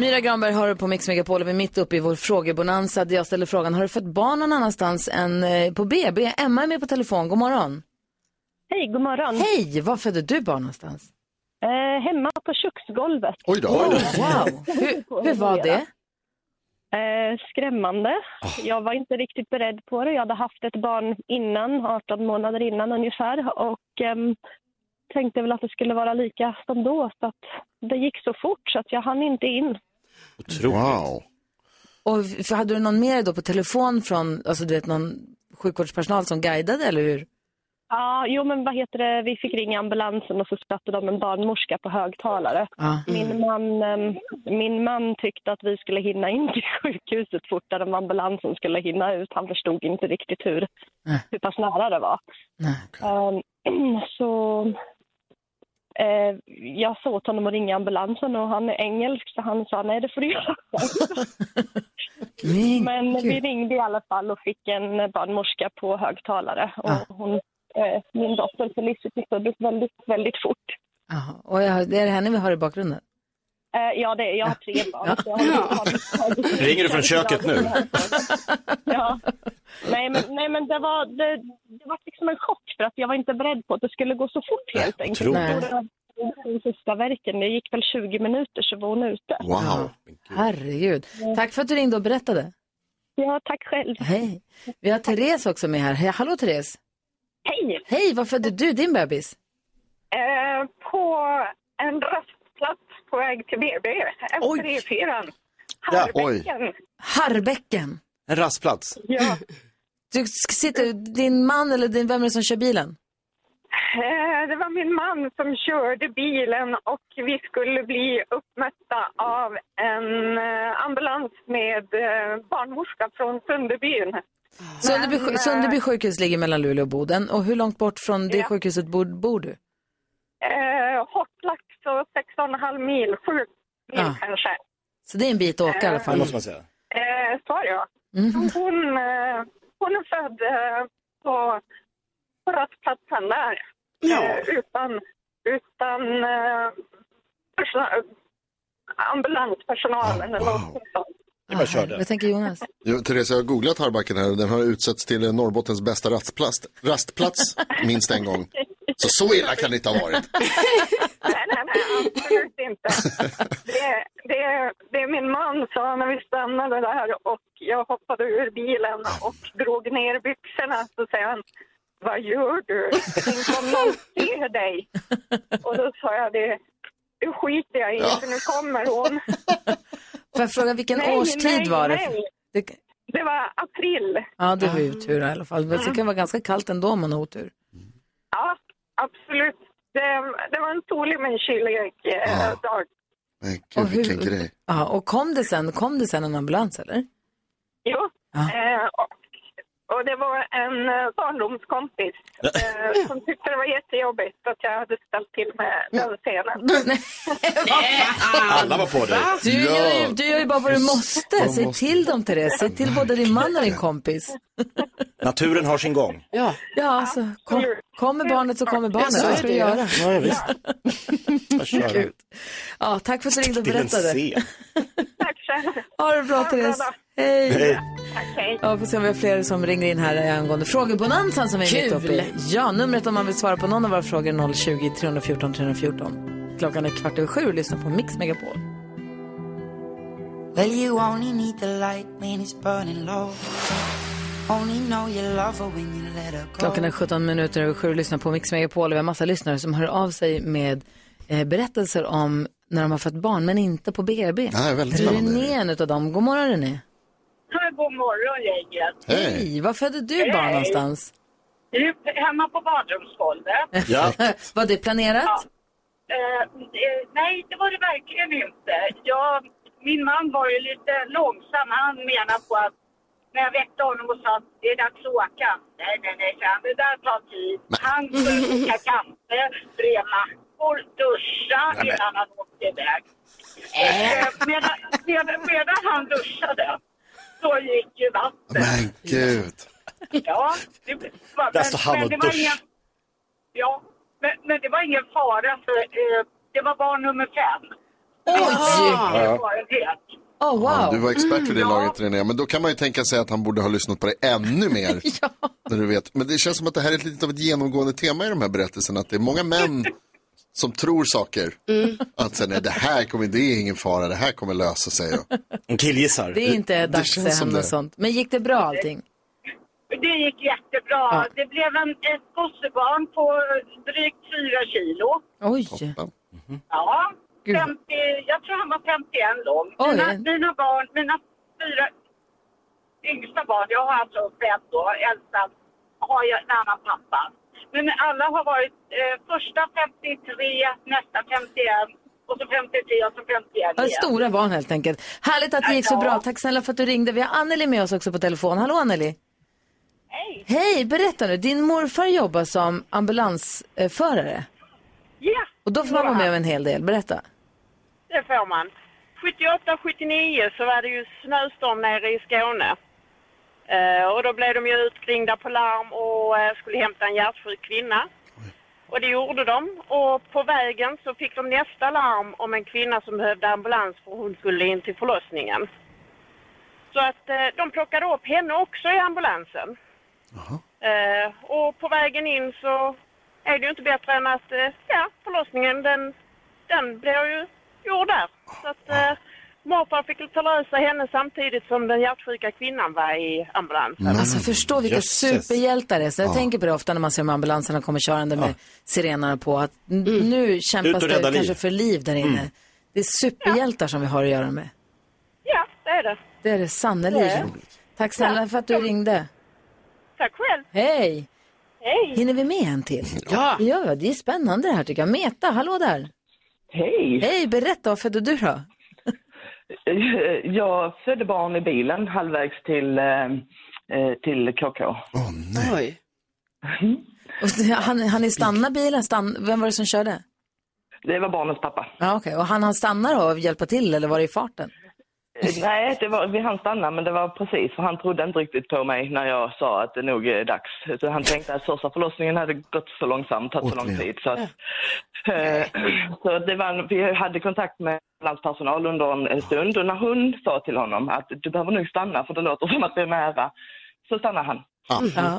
[SPEAKER 2] Myra Granberg har du på Mix Megapol och vi är mitt uppe i vår frågebonanza där jag ställer frågan, har du fött barn någon annanstans än eh, på BB? Emma är med på telefon, god morgon.
[SPEAKER 8] Hej, god morgon.
[SPEAKER 2] Hej, var födde du barn någonstans? Oh,
[SPEAKER 8] Eh, hemma på köksgolvet.
[SPEAKER 4] Oj då. Oj då.
[SPEAKER 2] Wow, hur, hur var det?
[SPEAKER 8] Eh, skrämmande. Jag var inte riktigt beredd på det. Jag hade haft ett barn innan, 18 månader innan ungefär. Och ehm, tänkte väl att det skulle vara lika som då. Så att det gick så fort så att jag hann inte in.
[SPEAKER 7] Otroligt.
[SPEAKER 4] Wow.
[SPEAKER 2] Och för hade du någon mer då på telefon från, alltså du vet någon sjukvårdspersonal som guidade eller hur?
[SPEAKER 8] Ja, jo men vad heter det, vi fick ringa ambulansen och så satte de en barnmorska på högtalare.
[SPEAKER 2] Ja.
[SPEAKER 8] Min, man, ehm, min man tyckte att vi skulle hinna in till sjukhuset fortare än ambulansen skulle hinna ut. Han förstod inte riktigt hur,
[SPEAKER 2] Nej.
[SPEAKER 8] hur pass nära det var.
[SPEAKER 2] Nej.
[SPEAKER 8] Ehm, så eh, jag sa åt honom att ringa ambulansen och han är engelsk så han sa nej det får du göra
[SPEAKER 2] Men,
[SPEAKER 8] Men
[SPEAKER 2] gud.
[SPEAKER 8] vi ringde i alla fall och fick en barnmorska på högtalare. Och
[SPEAKER 2] Ah.
[SPEAKER 8] hon, eh, min dotter Felicity föddes väldigt, väldigt fort.
[SPEAKER 2] Jaha, och jag, det är henne vi har i bakgrunden.
[SPEAKER 8] Eh, ja, det, jag har tre barn. Så jag har
[SPEAKER 7] Ringer du från köket nu?
[SPEAKER 8] ja. Nej, men, nej, men det var, det, det var liksom en chock för att jag var inte beredd på att det skulle gå så fort helt enkelt.
[SPEAKER 7] otroligt.
[SPEAKER 8] Och det var Den sista verken, det gick väl 20 minuter så var hon ute.
[SPEAKER 4] Wow.
[SPEAKER 2] Herregud. Tack för att du ringde och berättade.
[SPEAKER 8] Ja, tack själv.
[SPEAKER 2] Hej. Vi har Therese också med här. Hej, Hallå Therese.
[SPEAKER 8] Hej!
[SPEAKER 2] Hej, var födde du din bebis?
[SPEAKER 8] Eh, på en rastplats på väg till BB,
[SPEAKER 2] Oj.
[SPEAKER 8] E F34.
[SPEAKER 7] Ja,
[SPEAKER 8] Harrbäcken.
[SPEAKER 2] Harrbäcken.
[SPEAKER 7] En rastplats.
[SPEAKER 8] Ja.
[SPEAKER 2] Du ska sitta, din man eller din, vem är det som kör bilen?
[SPEAKER 8] Eh, Det var min man som körde bilen och vi skulle bli uppmätta av en eh, ambulans med eh, barnmorska från Sunderbyn.
[SPEAKER 2] Sunderby, sj- Sunderby sjukhus ligger mellan Luleå och Boden. Och hur långt bort från det
[SPEAKER 8] Ja.
[SPEAKER 2] sjukhuset bor, bor du?
[SPEAKER 8] Eh, Hårt lagt så 6,5 mil, 7 mil
[SPEAKER 2] Ah.
[SPEAKER 8] kanske.
[SPEAKER 2] Så det är en bit att åka i alla
[SPEAKER 7] Det
[SPEAKER 2] fall.
[SPEAKER 7] måste man säga.
[SPEAKER 8] Eh, Så var det ja. Hon, eh, hon är född eh, på, på rastplatsen där. Eh, Utan, utan eh, persona- ambulanspersonal eller någonting sånt.
[SPEAKER 7] Det är bara att köra
[SPEAKER 2] Vad
[SPEAKER 7] där.
[SPEAKER 2] tänker Jonas?
[SPEAKER 4] Jo, Therese, jag har googlat Harbacken här och den har utsatts till eh, Norrbottens bästa rastplats, rastplats minst en gång. Så så illa kan det inte ha varit.
[SPEAKER 8] Nej, nej, nej, absolut inte. Det, det, det är min man sa när vi stannade där och jag hoppade ur bilen och drog ner byxorna. Så säger han, vad gör du? Tänk om någon ser dig? Och då sa jag det, det skiter jag i för nu kommer hon.
[SPEAKER 2] Får jag fråga, vilken årstid var det?
[SPEAKER 8] Nej.
[SPEAKER 2] det?
[SPEAKER 8] Det var april.
[SPEAKER 2] Ja, det var ju tur i alla fall. Men det kan vara ganska kallt ändå om man har otur.
[SPEAKER 8] Ja, absolut. Det, det var en solig men kylig eh, dag.
[SPEAKER 4] Men
[SPEAKER 2] Och
[SPEAKER 4] gud, vilken grej.
[SPEAKER 2] Ja, och kom det, sen, kom det sen en ambulans eller?
[SPEAKER 8] Jo.
[SPEAKER 2] Ja.
[SPEAKER 8] Eh, och, och det var en eh, barndomskompis eh, som tyckte det var jättejobbigt att jag hade ställt till med den scenen.
[SPEAKER 7] Alla var på dig.
[SPEAKER 2] Du,
[SPEAKER 4] Ja.
[SPEAKER 2] gör, ju, du gör ju bara vad du måste.
[SPEAKER 4] Man
[SPEAKER 2] Säg
[SPEAKER 4] måste.
[SPEAKER 2] till dem, Therese. Säg till både din man och din kompis.
[SPEAKER 7] Naturen har sin gång.
[SPEAKER 5] Ja.
[SPEAKER 2] Ja, så kom, kommer barnet så kommer barnet.
[SPEAKER 5] så är
[SPEAKER 2] Vad ska
[SPEAKER 5] det
[SPEAKER 2] du
[SPEAKER 5] ju.
[SPEAKER 2] göra?
[SPEAKER 7] Ja, visst. Bara köra.
[SPEAKER 2] Gud. Ja, tack för att du ringde och
[SPEAKER 7] Till en
[SPEAKER 2] berättade.
[SPEAKER 7] scen.
[SPEAKER 8] Tack själv.
[SPEAKER 2] Ha det bra, Therese. Hej.
[SPEAKER 7] Hej.
[SPEAKER 8] Tack, hej.
[SPEAKER 2] Ja, får se om vi har fler som ringer in här angående frågebonanzan som vi är mitt
[SPEAKER 5] Kul.
[SPEAKER 2] uppe i. Ja, numret om man vill svara på någon av våra frågor är 020 314 314. Klockan är kvart över sju och lyssnar på Mix Megapol.
[SPEAKER 6] Well, you only need the light when it's burning low. Only know you love her when you let her go.
[SPEAKER 2] Klockan är 17 minuter över sju och lyssnar på Mix Megapol. Vi har massa lyssnare som hör av sig med eh, berättelser om när de har fått barn, men inte på BB.
[SPEAKER 4] Nej, väldigt spännande.
[SPEAKER 2] René är en utav dem. God morgon René.
[SPEAKER 8] God morgon gänget.
[SPEAKER 4] Hej.
[SPEAKER 2] Var födde du barn någonstans?
[SPEAKER 8] Hemma på badrumsgolvet.
[SPEAKER 7] Ja.
[SPEAKER 2] Var det planerat?
[SPEAKER 8] Eh, eh, nej, det var det verkligen inte. Jag, min man var ju lite långsam. Han menar på att när jag väckte honom och sa att det är dags att åka. Nej, nej, nej, sa han. Det där tar tid. Han skulle koka kaffe, bre mackor, duscha innan han åkte iväg. Eh, medan, medan, medan han duschade så gick ju vattnet.
[SPEAKER 4] Men gud.
[SPEAKER 8] Ja, det var,
[SPEAKER 7] Där står han och
[SPEAKER 8] det var
[SPEAKER 7] duschar.
[SPEAKER 8] ingen, Ja, men, men det var ingen fara för eh, det var barn nummer fem.
[SPEAKER 2] Oj!
[SPEAKER 7] Ja.
[SPEAKER 8] Erfarenhet.
[SPEAKER 2] Oh,
[SPEAKER 4] Ja, du
[SPEAKER 2] wow. Mm,
[SPEAKER 4] var expert i det laget René, men då kan man ju tänka sig att han borde ha lyssnat på dig ännu mer. när du vet. Men det känns som att det här är lite av ett genomgående tema i de här berättelserna, att det är många män som tror saker.
[SPEAKER 2] Mm.
[SPEAKER 4] Att säga, nej, det här kommer, det är ingen fara, det här kommer lösa sig. då."
[SPEAKER 7] Hon killgissar.
[SPEAKER 2] Det är inte dags
[SPEAKER 4] känns
[SPEAKER 2] att
[SPEAKER 4] som
[SPEAKER 2] hända
[SPEAKER 4] det.
[SPEAKER 2] sånt. Men gick det bra allting?
[SPEAKER 8] Det gick jättebra.
[SPEAKER 2] Ja.
[SPEAKER 8] Det blev en, ett gossebarn på drygt fyra kilo.
[SPEAKER 2] Oj.
[SPEAKER 8] Ja,
[SPEAKER 2] Gud.
[SPEAKER 8] 50, jag tror han var 51 lång.
[SPEAKER 2] Oj.
[SPEAKER 8] Mina, mina barn, mina fyra yngsta barn, jag har alltså fem då, äldsta har jag en annan pappa.
[SPEAKER 10] Men alla har varit eh, första 53, nästa 51 och så 53 och så 51
[SPEAKER 2] Ja,
[SPEAKER 10] igen.
[SPEAKER 2] stora barn helt enkelt. Härligt att det gick så bra. Tack snälla för att du ringde. Vi har Anneli med oss också på telefon. Hallå Anneli. Hej. Hej, berätta nu. Din morfar jobbar som ambulansförare.
[SPEAKER 10] Ja,
[SPEAKER 2] Och då får man vara med om en hel del. Berätta.
[SPEAKER 10] det får man. 78, 79 så var det ju snöstorm nere i Skåne. Eh, och då blev de ju utringda på larm och eh, skulle hämta en hjärtsjuk kvinna. Och det gjorde de. Och på vägen så fick de nästa larm om en kvinna som behövde ambulans för hon skulle in till förlossningen. Så att eh, de plockade upp henne också i ambulansen. Eh, och på vägen in så är det ju inte bättre än att eh, ja, förlossningen den, den blir ju gjord där. Så att eh, morfar fick ta lösa henne samtidigt som den hjärtsjuka kvinnan var i ambulansen.
[SPEAKER 2] Alltså förstå vilka
[SPEAKER 10] jösses.
[SPEAKER 2] superhjältar det är. Så jag tänker på det ofta när man ser de ambulanserna kommer körande med sirenerna på. Att n- nu kämpas
[SPEAKER 10] och
[SPEAKER 2] det
[SPEAKER 10] rädda
[SPEAKER 2] kanske
[SPEAKER 10] liv.
[SPEAKER 2] för liv där inne.
[SPEAKER 10] Mm.
[SPEAKER 2] Det är superhjältar som vi har att göra med.
[SPEAKER 10] Ja, det är det.
[SPEAKER 2] Det är det sannerligen. Tack snälla för att du ringde.
[SPEAKER 10] Tack själv.
[SPEAKER 2] Hej!
[SPEAKER 10] Hej!
[SPEAKER 2] Hinner vi med en till? Ja! Ja, det är spännande det här tycker jag. Meta, hallå där!
[SPEAKER 11] Hej!
[SPEAKER 2] Hej, berätta, vad födde du då?
[SPEAKER 11] Eh, Jag födde barn i bilen halvvägs till, eh, eh, till KK.
[SPEAKER 5] Oj.
[SPEAKER 2] Och Han, han är stanna bilen, stann... vem var det som körde?
[SPEAKER 11] Det var barnens pappa.
[SPEAKER 2] Ja, okej. Och han, han stannar då och hjälpa till eller var det i farten?
[SPEAKER 11] Eh, Nej, det var, vi hann stanna men det var precis för han trodde inte riktigt på mig när jag sa att det nog är dags. Så han tänkte att första förlossningen hade gått så långsamt, tagit så lång tid. Så, att, eh, så det var, en- vi hade kontakt med ambulanspersonal under en- en stund och när hon sa till honom att du behöver nog stanna för det låter som att det är nära, så stannade han.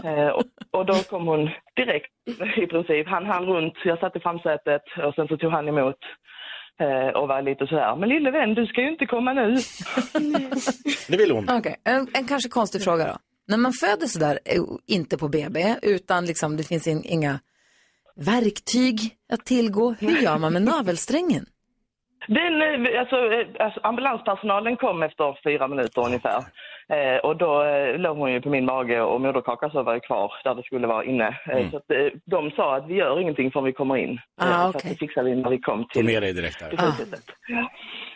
[SPEAKER 11] Eh, Och, och då kom hon direkt i princip. Han hann runt, jag satt i framsätet och sen så tog han emot eh, och var lite sådär, men lille vän du ska ju inte komma nu.
[SPEAKER 7] Det vill hon.
[SPEAKER 2] Okej, en, en kanske konstig fråga då. När man föder sådär, eh, inte på BB, utan liksom det finns in, inga verktyg att tillgå, hur gör man med navelsträngen?
[SPEAKER 11] Den, eh, alltså, eh, alltså, ambulanspersonalen kom efter fyra minuter ungefär. Eh, och då eh, låg hon ju på min mage och moderkaka så var ju kvar där det skulle vara inne. Eh,
[SPEAKER 7] Mm.
[SPEAKER 11] Så att, eh, de sa att vi gör ingenting förrän vi kommer in.
[SPEAKER 7] Ah,
[SPEAKER 11] eh, Så
[SPEAKER 7] okej.
[SPEAKER 11] att det fixar vi när vi kom
[SPEAKER 7] Få
[SPEAKER 11] till
[SPEAKER 7] med dig direkt där.
[SPEAKER 11] till sjukhuset.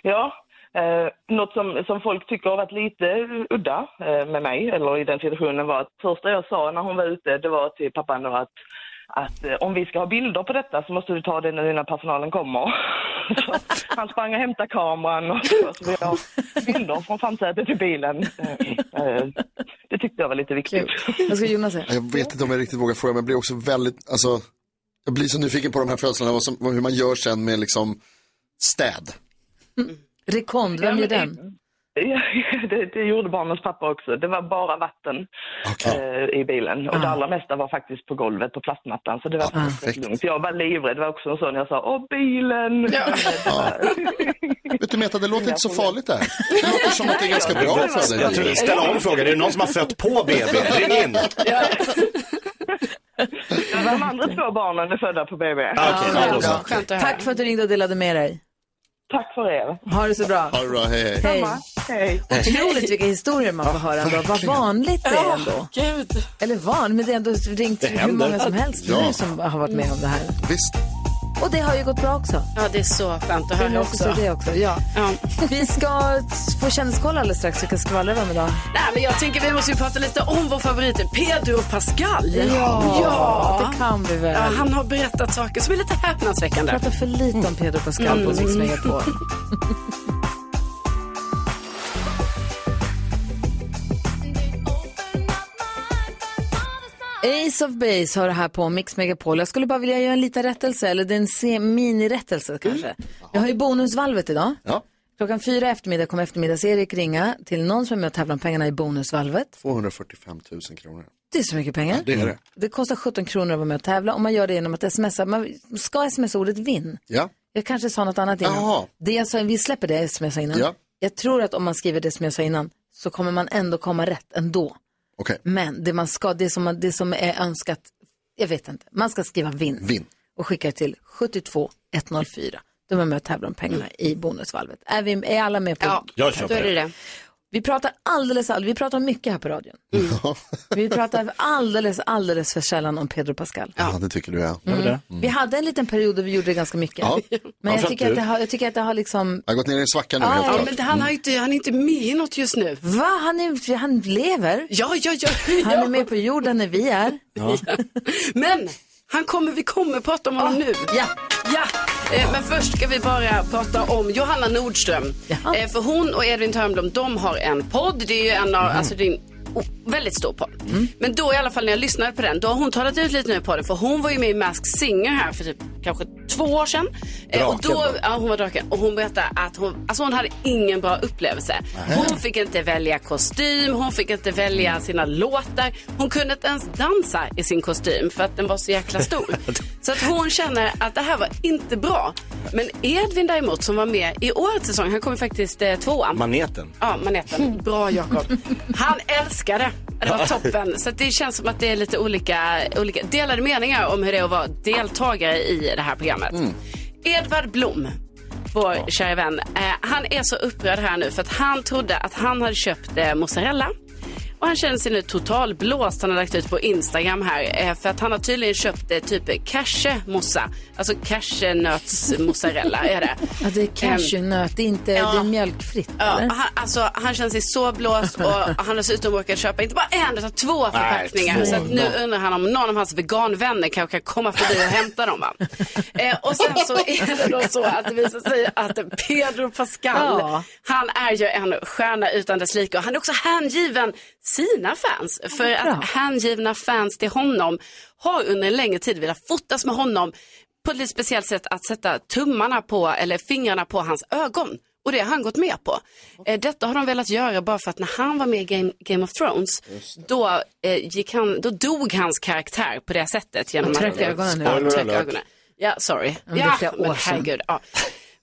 [SPEAKER 11] Ja, eh, något som, som folk tycker har varit lite udda eh, med mig, eller i den situationen, var att första jag sa när hon var ute, det var till pappan då att att eh, om vi ska ha bilder på detta så måste du ta det nu innan personalen kommer. Så han sprang och hämtade kameran och så, så vi har bilder från framsätet i bilen. Eh, eh, Det tyckte jag var lite viktigt.
[SPEAKER 2] Vad ska Jonas säga?
[SPEAKER 4] Jag vet inte om jag riktigt vågar fråga, men jag blir också väldigt, alltså, jag blir så nyfiken på de här födslarna, vad som, vad- hur man gör sen med liksom städ.
[SPEAKER 2] Rekond, vem gör
[SPEAKER 11] Ja,
[SPEAKER 2] den?
[SPEAKER 11] men det- Ja, det, det gjorde barnens pappa också. Det var bara vatten eh, i bilen.
[SPEAKER 2] Ah.
[SPEAKER 11] Och det allra mesta var faktiskt på golvet, på plastmattan. Så det var faktiskt lugnt. Jag var livrädd. Det var också en sån jag sa, åh bilen!
[SPEAKER 4] Vet du Meta, det låter inte så farligt det här. Det låter som att det är ganska bra för
[SPEAKER 7] Jag tror-
[SPEAKER 4] dig.
[SPEAKER 7] Ställa om frågan, är det någon som har fött på BB? Ring in!
[SPEAKER 11] De andra två barnen är födda på BB.
[SPEAKER 2] Ja, bra. Tack för att du ringde och delade med dig.
[SPEAKER 11] Tack för er.
[SPEAKER 2] Ha det så bra.
[SPEAKER 4] Ha det bra, hej hej.
[SPEAKER 2] Hej.
[SPEAKER 11] Hej.
[SPEAKER 2] Otroligt vilka historier man får höra ändå. Vad vanligt det är ändå. Eller van, men det är ändå ringt
[SPEAKER 4] Det
[SPEAKER 2] hur
[SPEAKER 4] händer.
[SPEAKER 2] många som helst
[SPEAKER 4] Ja.
[SPEAKER 2] nu som har varit med om det här.
[SPEAKER 4] Visst.
[SPEAKER 2] Och det har ju gått bra också.
[SPEAKER 5] Ja, det är så skönt att
[SPEAKER 2] Det
[SPEAKER 5] höra
[SPEAKER 2] låter
[SPEAKER 5] också.
[SPEAKER 2] som det också, ja. Vi ska få kändiskoll alldeles strax, vi kan skvallra vem idag.
[SPEAKER 5] Nej, men jag tänker vi måste ju prata lite om vår favorit Pedro Pascal.
[SPEAKER 2] Ja,
[SPEAKER 5] ja.
[SPEAKER 2] det kan vi väl.
[SPEAKER 5] Ja, han har berättat saker som är lite häpnadsväckande. Mm.
[SPEAKER 2] Prata för lite om Pedro Pascal på Mix Megapol. Ace of Base har det här på Mix Megapol. Jag skulle bara vilja göra en liten rättelse, eller det är en se- minirättelse kanske. Jag har ju bonusvalvet idag.
[SPEAKER 4] Mm. Ja.
[SPEAKER 2] Klockan fyra i eftermiddag kommer eftermiddags-Erik ringa till någon som är med och tävlar om pengarna i bonusvalvet.
[SPEAKER 4] 245 000 kronor.
[SPEAKER 2] Det är så mycket pengar. Mm.
[SPEAKER 4] Ja, det är det.
[SPEAKER 2] Det kostar 17 kronor att vara med och tävla och man gör det genom att smsa. Man ska smsa ordet vinn.
[SPEAKER 4] Ja.
[SPEAKER 2] Jag kanske sa något annat innan.
[SPEAKER 4] Jaha.
[SPEAKER 2] Det jag sa, vi släpper det som jag sa innan.
[SPEAKER 4] Ja.
[SPEAKER 2] Jag tror att om man skriver det som jag sa innan så kommer man ändå komma rätt ändå.
[SPEAKER 4] Okej.
[SPEAKER 2] Men det man ska, det som, man- det som är önskat, jag vet inte. Man ska skriva vinn.
[SPEAKER 4] Vinn.
[SPEAKER 2] Och skicka till 72 104. Då är man med och tävlar om pengarna i bonusvalvet. Är, vi, är alla med på
[SPEAKER 5] Ja,
[SPEAKER 2] Då är det det. Vi pratar alldeles, alldeles, vi pratar mycket här på radion.
[SPEAKER 4] Mm.
[SPEAKER 2] Vi pratar alldeles, alldeles för sällan om Pedro Pascal.
[SPEAKER 4] Ja, det tycker du ja.
[SPEAKER 2] Mm. Vi hade en liten period då vi gjorde det ganska mycket.
[SPEAKER 4] Ja.
[SPEAKER 2] Men
[SPEAKER 4] Ja,
[SPEAKER 2] jag tycker, att
[SPEAKER 4] framför.
[SPEAKER 2] det har, jag tycker att det har liksom...
[SPEAKER 4] Jag har gått ner i en svacka nu
[SPEAKER 2] Ja,
[SPEAKER 4] helt
[SPEAKER 2] ja,
[SPEAKER 4] klart.
[SPEAKER 2] men
[SPEAKER 5] Men han, har ju inte, han är inte med i något just nu.
[SPEAKER 2] Va? Han, är, han lever?
[SPEAKER 5] Ja, ja, ja.
[SPEAKER 2] Han är med på jorden när vi är.
[SPEAKER 5] Men han kommer, vi kommer prata om honom nu.
[SPEAKER 2] Ja.
[SPEAKER 5] ja. Eh, men först ska vi bara prata om Johanna Nordström. Eh, för hon och Edvin Törnblom, de har en podd. Det är ju en av, alltså din oh, väldigt stor podd.
[SPEAKER 2] Mm.
[SPEAKER 5] Men då i alla fall när jag lyssnade på den, då har hon talat ut lite nu på det. För hon var ju med i Masked Singer här för typ kanske två år sedan. Eh, och då,
[SPEAKER 12] Draken,
[SPEAKER 5] ja, hon var draken. Och hon berättade att hon, alltså hon hade ingen bra upplevelse. Hon fick inte välja kostym, hon fick inte välja sina låtar. Hon kunde inte ens dansa i sin kostym för att den var så jäkla stor. så att hon känner att det här var inte bra. Men Edvin däremot som var med i årets säsong, han kom ju faktiskt eh, tvåan.
[SPEAKER 7] Maneten.
[SPEAKER 5] Ja, maneten. Bra Jakob. Han älskar det. Det var
[SPEAKER 7] Ja.
[SPEAKER 5] toppen. Så att det känns som att det är lite olika, olika delade meningar om hur det är att vara deltagare i det här programmet. Edvard Blom, vår kära vän, eh, han är så upprörd här nu för att han trodde att han hade köpt eh, mozzarella. Och han känner sig nu totalblåst. Han har lagt ut på Instagram här. eh, För att han har tydligen köpt eh, typ cashemossa. Alltså cashenötsmozzarella är det.
[SPEAKER 2] Ja, det är cashewnöt, det är inte det är mjölkfritt.
[SPEAKER 5] Ja,
[SPEAKER 2] eller?
[SPEAKER 5] han, alltså, han känner sig så blåst och han har dessutom råkat köpa inte bara en utan två förpackningar.
[SPEAKER 2] två.
[SPEAKER 5] så att nu undrar han om någon av hans veganvänner kanske kan komma förbi och hämta dem. Va? Eh, och sen så är det då så att det visar sig att Pedro Pascal,
[SPEAKER 2] Ja.
[SPEAKER 5] han är ju en stjärna utan dess like och han är också hängiven sina fans. För att hängivna fans till honom har under en längre tid velat fotas med honom på ett lite speciellt sätt att sätta tummarna på eller fingrarna på hans ögon. Och det har han gått med på. Eh, Detta har de velat göra bara för att när han var med i Game, Game of Thrones, då, eh, gick han, då dog hans karaktär på det sättet. Genom
[SPEAKER 2] Han
[SPEAKER 5] att
[SPEAKER 2] tröck ögonen.
[SPEAKER 5] Ja,
[SPEAKER 2] Spoiler
[SPEAKER 5] tröck
[SPEAKER 2] alert.
[SPEAKER 5] ögonen. Ja, sorry.
[SPEAKER 2] Men det är
[SPEAKER 5] ja,
[SPEAKER 2] flera år
[SPEAKER 5] men
[SPEAKER 2] sedan.
[SPEAKER 5] herregud. Ja.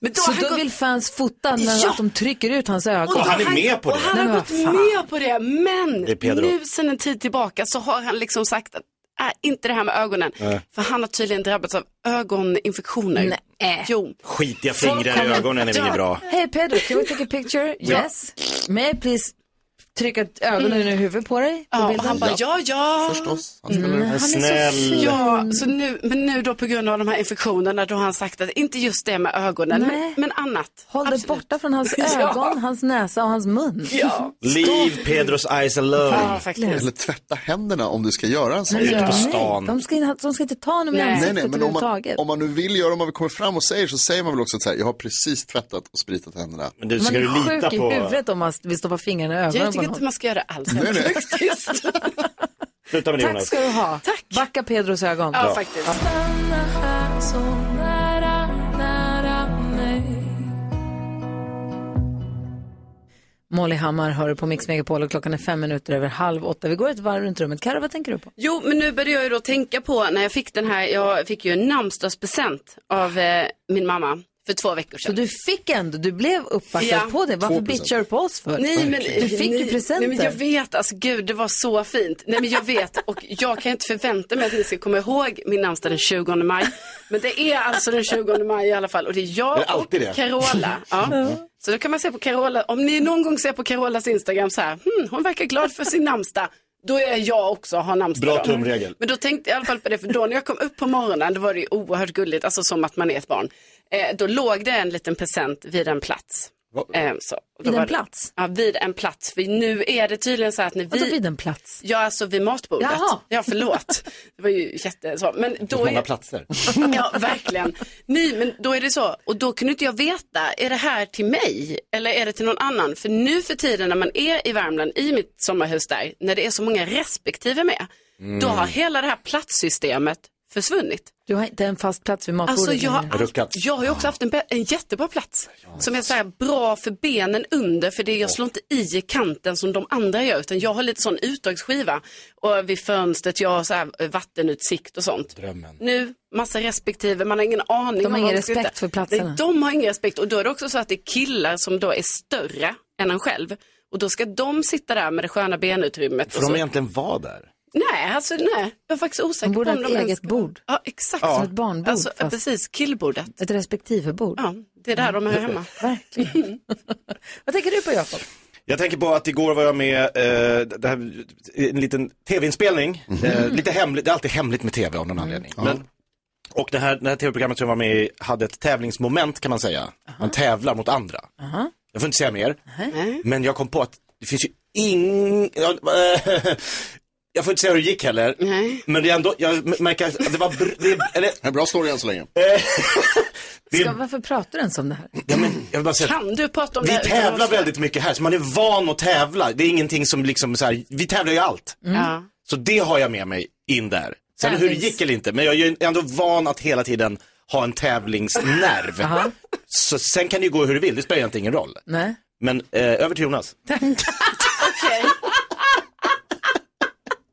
[SPEAKER 5] Men då
[SPEAKER 2] så
[SPEAKER 5] har han
[SPEAKER 2] då
[SPEAKER 5] gått-
[SPEAKER 2] vill fans fota när
[SPEAKER 5] Ja.
[SPEAKER 2] att de trycker ut hans ögon.
[SPEAKER 5] då har Och han
[SPEAKER 2] Nej,
[SPEAKER 5] har
[SPEAKER 2] men
[SPEAKER 5] gått
[SPEAKER 2] vad fan.
[SPEAKER 5] med på det. Men
[SPEAKER 2] Det är Pedro.
[SPEAKER 5] nu sen en tid tillbaka så har han liksom sagt att äh, inte det här med ögonen.
[SPEAKER 7] Nej.
[SPEAKER 5] För han har tydligen drabbats av ögoninfektioner. Nej. Jo.
[SPEAKER 7] Skitiga
[SPEAKER 5] Folk
[SPEAKER 7] fingrar i
[SPEAKER 5] kommer-
[SPEAKER 7] ögonen är väl inget bra.
[SPEAKER 2] Hej Pedro, can we take a picture?
[SPEAKER 7] Ja.
[SPEAKER 2] Yes. May I please trycka ögonen ur huvudet på dig? På
[SPEAKER 5] Mm. Ja, och
[SPEAKER 2] bilden?
[SPEAKER 5] han bara, ja, ja. Förstås. Han,
[SPEAKER 2] Mm,
[SPEAKER 11] Mm,
[SPEAKER 2] han är så Snäll. fin.
[SPEAKER 5] Ja, så nu, men nu då på grund av de här infektionerna då har han sagt att inte just det med ögonen, men, men annat.
[SPEAKER 2] Håll dig borta från hans
[SPEAKER 5] Ja.
[SPEAKER 2] ögon, hans näsa och hans mun.
[SPEAKER 5] Ja.
[SPEAKER 7] Leave Pedros eyes alone.
[SPEAKER 2] Ja, faktiskt.
[SPEAKER 4] Eller tvätta händerna om du ska göra en sån.
[SPEAKER 2] Nej, nej, de ska, in, de ska inte ta honom i
[SPEAKER 4] Nej,
[SPEAKER 2] ansiktet
[SPEAKER 4] nej, men om man,
[SPEAKER 2] överhuvudtaget.
[SPEAKER 4] om man nu vill göra, om man vill komma fram och säger så säger man väl också att så här, jag har precis tvättat och spritat händerna. Men
[SPEAKER 2] Man är sjuk i huvudet om man vill stoppa fingrarna i
[SPEAKER 5] Jag
[SPEAKER 2] ögonen
[SPEAKER 5] tycker
[SPEAKER 2] på
[SPEAKER 5] inte
[SPEAKER 2] någon.
[SPEAKER 5] man ska göra allt.
[SPEAKER 4] Nej, nej.
[SPEAKER 7] Sluta med det
[SPEAKER 2] Tack
[SPEAKER 7] Jonas.
[SPEAKER 2] ska du ha. Tack. Backa Pedros ögon.
[SPEAKER 7] Ja,
[SPEAKER 5] faktiskt.
[SPEAKER 2] Molly Hammar hör du på Mix Megapol och klockan är fem minuter över halv åtta. Vi går ett varv runt rummet. Karo, vad tänker du på?
[SPEAKER 5] Jo, men nu började jag ju då tänka på när jag fick den här, jag fick ju en namnsdagspresent av eh, min mamma för två veckor sedan.
[SPEAKER 2] Så du fick ändå, du blev uppvaktad
[SPEAKER 5] Ja.
[SPEAKER 2] på det. Varför
[SPEAKER 5] 2%.
[SPEAKER 2] bitchar du på oss för?
[SPEAKER 5] Nej, men,
[SPEAKER 2] du fick
[SPEAKER 5] nej,
[SPEAKER 2] ju presenter.
[SPEAKER 5] Nej, men jag vet, alltså gud, det var så fint. Nej, men jag vet, och jag kan inte förvänta mig att ni ska komma ihåg min namnsdag den 20 maj. Men det är alltså den 20 maj i alla fall och det är jag
[SPEAKER 7] Är det alltid
[SPEAKER 5] och
[SPEAKER 7] det?
[SPEAKER 5] Carola. Ja. Så då kan man se på Carola, om ni någon gång ser på Carolas Instagram så här, hm, hon verkar glad för sin namnsdag. Då är jag också och har namnsdag.
[SPEAKER 7] Bra
[SPEAKER 5] då.
[SPEAKER 7] tumregel.
[SPEAKER 5] Men då tänkte jag i alla fall på det, för då när jag kom upp på morgonen, då var det ju oerhört gulligt, alltså som att man är ett barn. Eh, då låg det en liten present vid en plats. Eh, så. Och då
[SPEAKER 2] Vid en
[SPEAKER 5] var det-
[SPEAKER 2] plats?
[SPEAKER 5] Ja, vid en plats. För nu är det tydligen så att när vi...
[SPEAKER 2] Vadå vid en plats?
[SPEAKER 5] Ja, alltså vid matbordet.
[SPEAKER 2] Jaha.
[SPEAKER 5] Ja, förlåt. Det var ju jätte... Så. Men
[SPEAKER 7] Det
[SPEAKER 5] då
[SPEAKER 7] finns många
[SPEAKER 5] är...
[SPEAKER 7] platser.
[SPEAKER 5] Ja, verkligen. Nej, men då är det så. Och då kunde inte jag veta, är det här till mig eller är det till någon annan? För nu för tiden när man är i Värmland, i mitt sommarhus där, när det är så många respektive med, då har hela det här platssystemet försvunnit.
[SPEAKER 2] Du har inte en fast plats vid matbordet
[SPEAKER 5] Alltså jag, har
[SPEAKER 2] längre.
[SPEAKER 5] allt, jag har ju också haft en, bä- en jättebra plats som är så här bra för benen under för det jag slår inte i i kanten som de andra gör utan jag har lite sån uttagsskiva och vid fönstret jag har så här eh, vattenutsikt och sånt.
[SPEAKER 7] Drömmen.
[SPEAKER 5] Nu, massa respektive, man har ingen aning.
[SPEAKER 2] De har
[SPEAKER 5] om vad
[SPEAKER 2] ingen
[SPEAKER 5] man ska
[SPEAKER 2] respekt
[SPEAKER 5] hitta.
[SPEAKER 2] för platserna.
[SPEAKER 5] Nej, de har ingen respekt och då är det också så att det är killar som då är större än en själv och då ska de sitta där med det sköna benutrymmet.
[SPEAKER 7] Får
[SPEAKER 5] Och så...
[SPEAKER 7] de egentligen vara där?
[SPEAKER 5] Nej, alltså nej, jag är faktiskt osäker
[SPEAKER 2] De borde
[SPEAKER 5] på
[SPEAKER 2] ha
[SPEAKER 5] om
[SPEAKER 2] ett
[SPEAKER 5] de ens
[SPEAKER 2] eget
[SPEAKER 5] ska-
[SPEAKER 2] bord.
[SPEAKER 5] Ja, exakt.
[SPEAKER 2] Som ett barnbord.
[SPEAKER 5] Alltså,
[SPEAKER 2] fast-
[SPEAKER 5] precis, killbordet.
[SPEAKER 2] Ett respektivebord.
[SPEAKER 5] Ja, det är där de hör hemma.
[SPEAKER 2] Verkligen. Vad tänker du på Jakob?
[SPEAKER 7] Jag tänker på att igår var jag med, eh, det här, en liten tv-inspelning.
[SPEAKER 4] Mhm.
[SPEAKER 7] Eh, lite hemligt, det är alltid hemligt med tv av någon anledning.
[SPEAKER 4] Mm.
[SPEAKER 7] Men, och det här, det här tv-programmet som jag var med i hade ett tävlingsmoment kan man säga. Man tävlar mot andra. Jag får inte säga mer. Men jag kom på att det finns ju ing... Jag, jag får inte säga hur det gick heller. Men det är ändå, jag m- märker att det var... Br... Det Eh, är, eller...
[SPEAKER 4] En bra story än så länge.
[SPEAKER 7] det
[SPEAKER 2] Ska, varför pratar du ens om det här?
[SPEAKER 7] Ja, men jag vill bara säga,
[SPEAKER 5] Kan du prata om
[SPEAKER 7] vi
[SPEAKER 5] det? här utan
[SPEAKER 7] tävlar
[SPEAKER 5] att-
[SPEAKER 7] väldigt mycket här, så man är van att tävla. Det är ingenting som liksom så här, vi tävlar ju i allt.
[SPEAKER 4] Mm.
[SPEAKER 2] Mm.
[SPEAKER 5] Ja.
[SPEAKER 7] Så det har jag med mig in där. Sen hur det
[SPEAKER 2] Tävlings-
[SPEAKER 7] gick eller inte, men jag är ju ändå van att hela tiden ha en tävlingsnerv.
[SPEAKER 2] Aha.
[SPEAKER 7] så sen kan det ju gå hur du vill, det spelar egentligen ingen roll.
[SPEAKER 2] Nej.
[SPEAKER 7] Men eh, över till Jonas.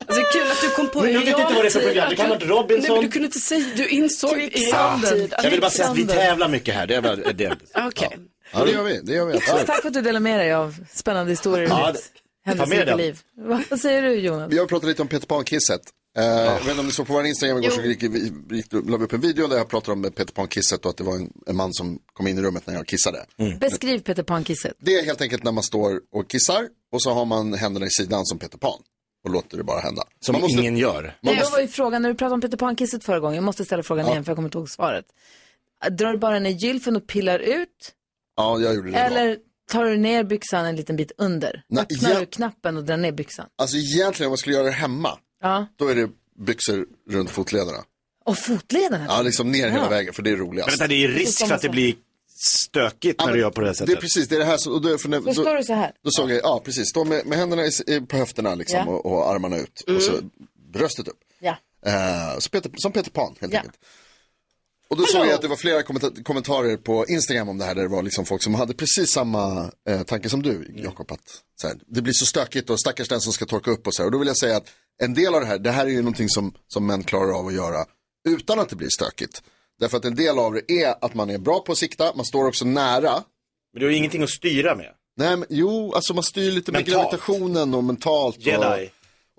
[SPEAKER 5] Alltså, kul att du kom på
[SPEAKER 7] Men jag vet inte vad det är för
[SPEAKER 5] realtid,
[SPEAKER 7] program. Det
[SPEAKER 5] att
[SPEAKER 7] kan
[SPEAKER 5] du-
[SPEAKER 7] ha varit Robinson.
[SPEAKER 5] Nej, men du kunde inte säga, du insåg i realtid.
[SPEAKER 7] jag vill bara säga att vi tävlar mycket här. Det är bara, det är,
[SPEAKER 5] Okej.
[SPEAKER 4] Ja, det gör vi. Det gör vi absolut.
[SPEAKER 2] Tack för att du delar med dig av spännande historier ur
[SPEAKER 7] Ja,
[SPEAKER 2] ditt
[SPEAKER 7] det- ta med
[SPEAKER 2] händelserika
[SPEAKER 7] den.
[SPEAKER 2] liv. Vad säger du Jonas?
[SPEAKER 4] Vi har pratat lite om Peter Pan-kisset. Eh, Jag vet inte om ni såg på vår Instagram igår så gick, vi- gick, la vi upp en video där jag pratade om Peter Pan-kisset och att det var en, en man som kom in i rummet när jag kissade.
[SPEAKER 7] Mm.
[SPEAKER 2] Beskriv Peter Pan-kisset.
[SPEAKER 4] Det är helt enkelt när man står och kissar och så har man händerna i sidan som Peter Pan och låter det bara hända.
[SPEAKER 7] som
[SPEAKER 4] man måste,
[SPEAKER 7] ingen gör.
[SPEAKER 4] man
[SPEAKER 2] Nej, Då
[SPEAKER 4] måste,
[SPEAKER 2] var ju frågan, när du pratade om Peter Pan-kisset förra gången, jag måste ställa frågan igen för jag kommer inte ihåg svaret. Drar du bara ner gylfen och pillar ut?
[SPEAKER 4] ja, jag gjorde det. Eller...
[SPEAKER 2] Eller tar du ner byxan en liten bit under?
[SPEAKER 4] Nej,
[SPEAKER 2] Öppnar
[SPEAKER 4] jag-
[SPEAKER 2] du knappen och drar ner byxan?
[SPEAKER 4] Alltså egentligen om man skulle göra det hemma,
[SPEAKER 2] Ja.
[SPEAKER 4] då är det byxor runt fotlederna.
[SPEAKER 2] Och fotlederna?
[SPEAKER 4] Ja, liksom ner hela vägen för det är roligast.
[SPEAKER 7] Men vänta, det är ju risk för att det blir stökigt när du gör på det här
[SPEAKER 4] Det är
[SPEAKER 7] sättet.
[SPEAKER 4] precis, det är det här som, och då, för när,
[SPEAKER 2] Då står du så här.
[SPEAKER 4] Då såg jag, ja precis, stå med, med händerna i, i, på höfterna liksom,
[SPEAKER 2] Ja. Mm.
[SPEAKER 4] och, och armarna ut och så bröstet upp.
[SPEAKER 2] Ja.
[SPEAKER 4] Eh, så Peter, som Peter Pan helt
[SPEAKER 2] Ja.
[SPEAKER 4] enkelt. Och då såg jag att det var flera kommenta- kommentarer på Instagram om det här där det var liksom folk som hade precis samma eh, tanke som du Jakob. Att så här, det blir så stökigt och stackars den som ska torka upp och så här. Och då vill jag säga att en del av det här, det här är ju någonting som, som män klarar av att göra utan att det blir stökigt. Därför att en del av det är att man är bra på att sikta, man står också nära
[SPEAKER 7] Men du har ju ingenting att styra med.
[SPEAKER 4] Nej, men, jo, alltså man styr lite med
[SPEAKER 7] Mentalt.
[SPEAKER 4] gravitationen och mentalt.
[SPEAKER 7] Jedi.
[SPEAKER 4] Och,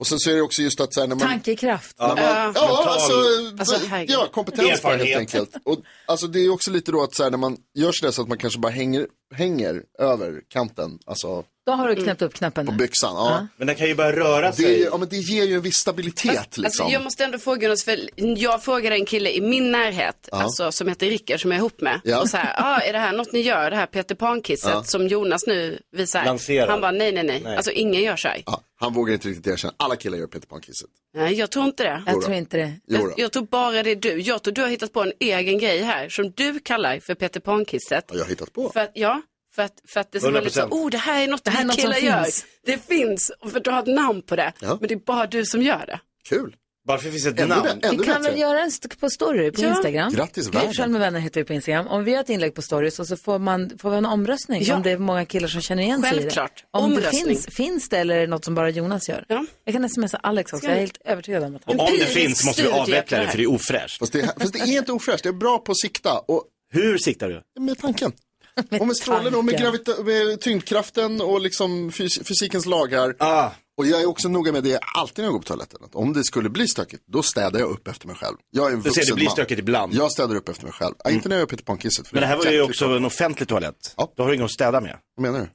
[SPEAKER 4] och sen så är det också just att så här, när man...
[SPEAKER 2] Tankekraft.
[SPEAKER 4] när man ja, alltså,
[SPEAKER 5] Alltså,
[SPEAKER 4] eh,
[SPEAKER 5] herregud.
[SPEAKER 4] ja, kompetens bara, helt
[SPEAKER 7] Erfarenhet.
[SPEAKER 4] enkelt. Och, alltså det är också lite då att så här, när man gör sådär så att man kanske bara hänger, hänger över kanten, alltså
[SPEAKER 2] Då har du knäppt upp knappen.
[SPEAKER 4] på
[SPEAKER 2] nu.
[SPEAKER 4] byxan. Ja.
[SPEAKER 7] Men den kan ju börja röra
[SPEAKER 4] Det, är ju-
[SPEAKER 7] sig.
[SPEAKER 4] ja, men det ger ju en viss stabilitet liksom.
[SPEAKER 5] Alltså, jag måste ändå fråga Jonas, för jag frågade en kille i min närhet, alltså, som heter Rickard, som jag är ihop med.
[SPEAKER 4] Ja.
[SPEAKER 5] Och så här, ah, är det här något ni gör, det här Peter Pan-kisset som Jonas nu visar?
[SPEAKER 7] Lanserar.
[SPEAKER 5] Han bara, nej, nej, nej,
[SPEAKER 7] Nej.
[SPEAKER 5] Alltså ingen gör så här.
[SPEAKER 4] Ja, han vågar inte riktigt erkänna, alla killar gör Peter Pan-kisset.
[SPEAKER 5] Nej, jag tror inte det.
[SPEAKER 2] Jag tror inte det.
[SPEAKER 4] Jo
[SPEAKER 5] Jag,
[SPEAKER 4] då.
[SPEAKER 5] jag tror bara det är du. Jag tror du har hittat på en egen grej här som du kallar för Peter Pan-kisset.
[SPEAKER 4] Ja, jag har hittat på.
[SPEAKER 5] För att, ja, för att, för att det som är lite så,
[SPEAKER 7] 100%.
[SPEAKER 5] oh det här är något det
[SPEAKER 2] här är något som
[SPEAKER 5] killar gör.
[SPEAKER 2] finns.
[SPEAKER 5] Det finns, och för du har ett namn på det.
[SPEAKER 4] Ja.
[SPEAKER 5] Men det är bara du som gör det.
[SPEAKER 4] Kul.
[SPEAKER 7] Varför finns det ett
[SPEAKER 4] Ännu,
[SPEAKER 7] namn?
[SPEAKER 4] bä- ännu
[SPEAKER 2] Vi kan väl
[SPEAKER 4] bättre.
[SPEAKER 2] göra en st- på story på
[SPEAKER 5] Ja.
[SPEAKER 2] Instagram.
[SPEAKER 4] Grattis
[SPEAKER 2] Gry Forssell
[SPEAKER 4] världen.
[SPEAKER 2] med vänner heter vi på Instagram. Om vi gör ett inlägg på stories och så får, man, får vi en omröstning
[SPEAKER 5] Ja.
[SPEAKER 2] om det är många killar som känner igen sig i det.
[SPEAKER 5] Självklart.
[SPEAKER 2] Om
[SPEAKER 5] Omröstning.
[SPEAKER 2] det finns, finns det eller är det något som bara Jonas gör.
[SPEAKER 5] Ja.
[SPEAKER 2] Jag kan smsa Alex också, jag är helt övertygad om att han...
[SPEAKER 7] Och om det
[SPEAKER 5] Empirisk
[SPEAKER 7] finns måste vi
[SPEAKER 5] studie
[SPEAKER 7] avveckla
[SPEAKER 5] på
[SPEAKER 7] det
[SPEAKER 5] det
[SPEAKER 7] för det är ofräscht.
[SPEAKER 4] Fast det, är- fast det är inte ofräscht, det är bra på att sikta och
[SPEAKER 7] Hur siktar du?
[SPEAKER 4] Med tanken. och med strålen och med,
[SPEAKER 2] tanken.
[SPEAKER 4] gravita- med tyngdkraften och liksom fys- fysikens lagar.
[SPEAKER 7] Ah,
[SPEAKER 4] Och jag är också noga med det alltid när jag går på toaletten. Att om det skulle bli stökigt, då städar jag upp efter mig själv. Jag är en
[SPEAKER 7] du
[SPEAKER 4] vuxen
[SPEAKER 7] ser, det blir
[SPEAKER 4] man.
[SPEAKER 7] stökigt ibland.
[SPEAKER 4] Jag städar upp efter mig själv. Ja, inte när jag gör Peter Pan-kisset. för
[SPEAKER 7] Men det här var
[SPEAKER 4] är
[SPEAKER 7] ju
[SPEAKER 4] jäkligt
[SPEAKER 7] också
[SPEAKER 4] tråkigt.
[SPEAKER 7] en offentlig toalett.
[SPEAKER 4] Ja.
[SPEAKER 7] Då har du ingen att städa med.
[SPEAKER 4] Vad menar du?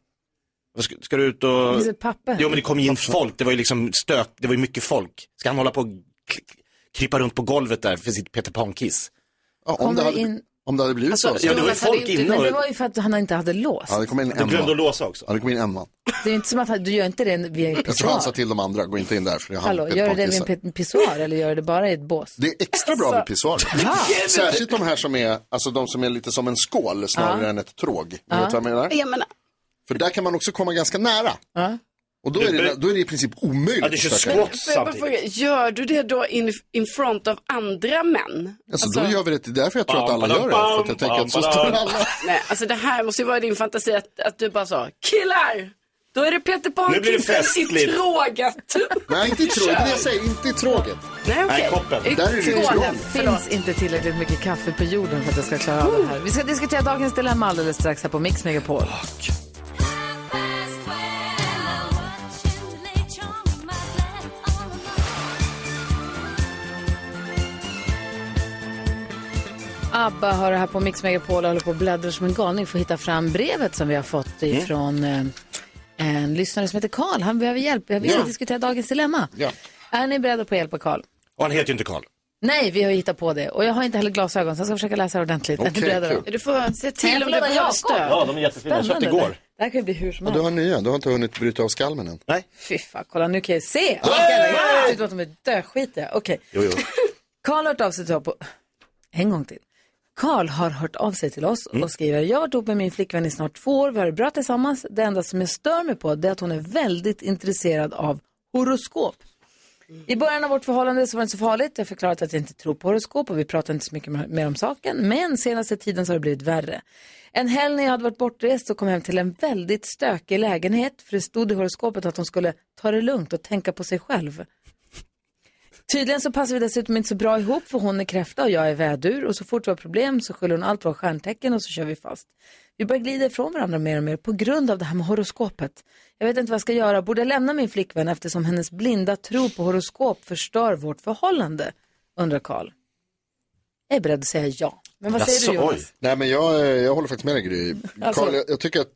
[SPEAKER 7] Vad Ska, ska du ut och...
[SPEAKER 2] Det finns ett papper.
[SPEAKER 7] Jo men det kom ju in folk, det var ju liksom stök, det var ju mycket folk. Ska han hålla på och k- krypa runt på golvet där för sitt Peter Pan-kiss?
[SPEAKER 4] Ja, om,
[SPEAKER 2] Kommer
[SPEAKER 4] det hade,
[SPEAKER 2] in-
[SPEAKER 4] om det hade blivit
[SPEAKER 5] Alltså,
[SPEAKER 4] så.
[SPEAKER 7] Ja det var ju
[SPEAKER 5] Jonas hade
[SPEAKER 7] folk
[SPEAKER 5] inte-
[SPEAKER 7] inne
[SPEAKER 2] Men det
[SPEAKER 7] och...
[SPEAKER 2] var ju för att han inte hade låst.
[SPEAKER 4] Ja, det kom in en
[SPEAKER 7] Jag glömde att
[SPEAKER 4] man.
[SPEAKER 7] låsa också.
[SPEAKER 4] Ja, det kom in en man.
[SPEAKER 2] Det är inte som att han, du gör inte det vid en
[SPEAKER 4] Jag tror han sa
[SPEAKER 2] pissoar.
[SPEAKER 4] till de andra, gå inte in där för det är han
[SPEAKER 2] Hallå,
[SPEAKER 4] Peter
[SPEAKER 2] gör du det vid en
[SPEAKER 4] Pan-kissar.
[SPEAKER 2] pe- pissoar eller gör du det bara i ett bås?
[SPEAKER 4] Det är extra bra
[SPEAKER 2] Alltså,
[SPEAKER 4] med pissoarer. Särskilt de här som är, alltså de som är lite som en skål snarare än ett tråg. Ni vet vad jag menar?
[SPEAKER 5] Jag menar,
[SPEAKER 4] För där kan man också komma ganska nära.
[SPEAKER 2] Ja.
[SPEAKER 4] Och då är, det, då är det i princip omöjligt
[SPEAKER 7] Ja, det kör
[SPEAKER 4] att stöka.
[SPEAKER 7] squats
[SPEAKER 5] får jag bara
[SPEAKER 7] samtidigt.
[SPEAKER 5] fråga, gör du det då in, in front av andra män?
[SPEAKER 4] Alltså, då gör vi det, det är därför jag tror att alla gör det. För att jag tänker att så står alla.
[SPEAKER 5] Nej, alltså det här måste ju vara din fantasi att, att du bara sa, killar! Då är det Peter
[SPEAKER 7] Nu blir det
[SPEAKER 5] Pan-kisset i
[SPEAKER 7] festligt.
[SPEAKER 5] tråget.
[SPEAKER 4] Nej, inte i tråget, det jag säger, inte i tråget.
[SPEAKER 5] Nej, okej.
[SPEAKER 7] Nej, koppen.
[SPEAKER 5] I
[SPEAKER 4] Där är det
[SPEAKER 5] tråden,
[SPEAKER 4] trång.
[SPEAKER 5] förlåt.
[SPEAKER 2] finns inte tillräckligt mycket kaffe på jorden för att jag ska klara av det här. Vi ska diskutera dagens dilemma alldeles strax här på Mix Megapol. Abba har det här
[SPEAKER 7] Mm.
[SPEAKER 2] på Mix Megapol och håller på och bläddrar som en galning för att hitta fram brevet som vi har fått ifrån eh, en lyssnare som heter Karl. Han behöver hjälp. Jag vill
[SPEAKER 7] Ja.
[SPEAKER 2] diskutera dagens dilemma.
[SPEAKER 7] Ja.
[SPEAKER 2] Är ni beredda på att hjälpa Karl?
[SPEAKER 7] Och han heter ju inte Karl.
[SPEAKER 2] Nej, vi har ju hittat på det. Och jag har inte heller glasögon, så jag ska försöka läsa det ordentligt. är ni
[SPEAKER 7] Okej,
[SPEAKER 2] beredda då?
[SPEAKER 7] kul.
[SPEAKER 5] Du får se
[SPEAKER 2] Nej,
[SPEAKER 5] till om du
[SPEAKER 2] förlåt,
[SPEAKER 5] behöver
[SPEAKER 2] Jakob.
[SPEAKER 5] stöd.
[SPEAKER 7] Ja, de är jättefina. Jag köpte
[SPEAKER 2] Spännande.
[SPEAKER 7] igår.
[SPEAKER 2] Det här kan ju bli hur som
[SPEAKER 4] Och
[SPEAKER 2] helst.
[SPEAKER 4] du har nya, du har inte hunnit bryta av skalmen än.
[SPEAKER 7] Nej.
[SPEAKER 2] Fy fan, kolla nu kan jag ju se. Jag tyckte att de är döskitiga. Okej.
[SPEAKER 7] Jo, jo.
[SPEAKER 2] Karl har hört av sig till oss på... En gång till. Karl har hört av sig till oss och skriver, jag har varit ihop med min flickvän i snart två år, vi har det bra tillsammans. Det enda som jag stör mig på det är att hon är väldigt intresserad av horoskop. I början av vårt förhållande så var det inte så farligt. Jag har förklarat att jag inte tror på horoskop och vi pratar inte så mycket mer- mer om saken. Men senaste tiden så har det blivit värre. En helg när jag hade varit bortrest och kom hem till en väldigt stökig lägenhet. För det stod i horoskopet att hon skulle ta det lugnt och tänka på sig själv. Tydligen så passar vi dessutom inte så bra ihop för hon är kräfta och jag är vädur. Och så fort vi har problem så skyller hon allt på stjärntecken och så kör vi fast. Vi börjar glida ifrån varandra mer och mer på grund av det här med horoskopet. Jag vet inte vad jag ska göra. Borde jag lämna min flickvän eftersom hennes blinda tro på horoskop förstör vårt förhållande? Undrar Karl. Jag är beredd att säga ja. Men vad säger du Jonas?
[SPEAKER 4] Nej men jag, eh, jag håller faktiskt med dig Gry.
[SPEAKER 2] Alltså-
[SPEAKER 4] Carl, jag, jag tycker att,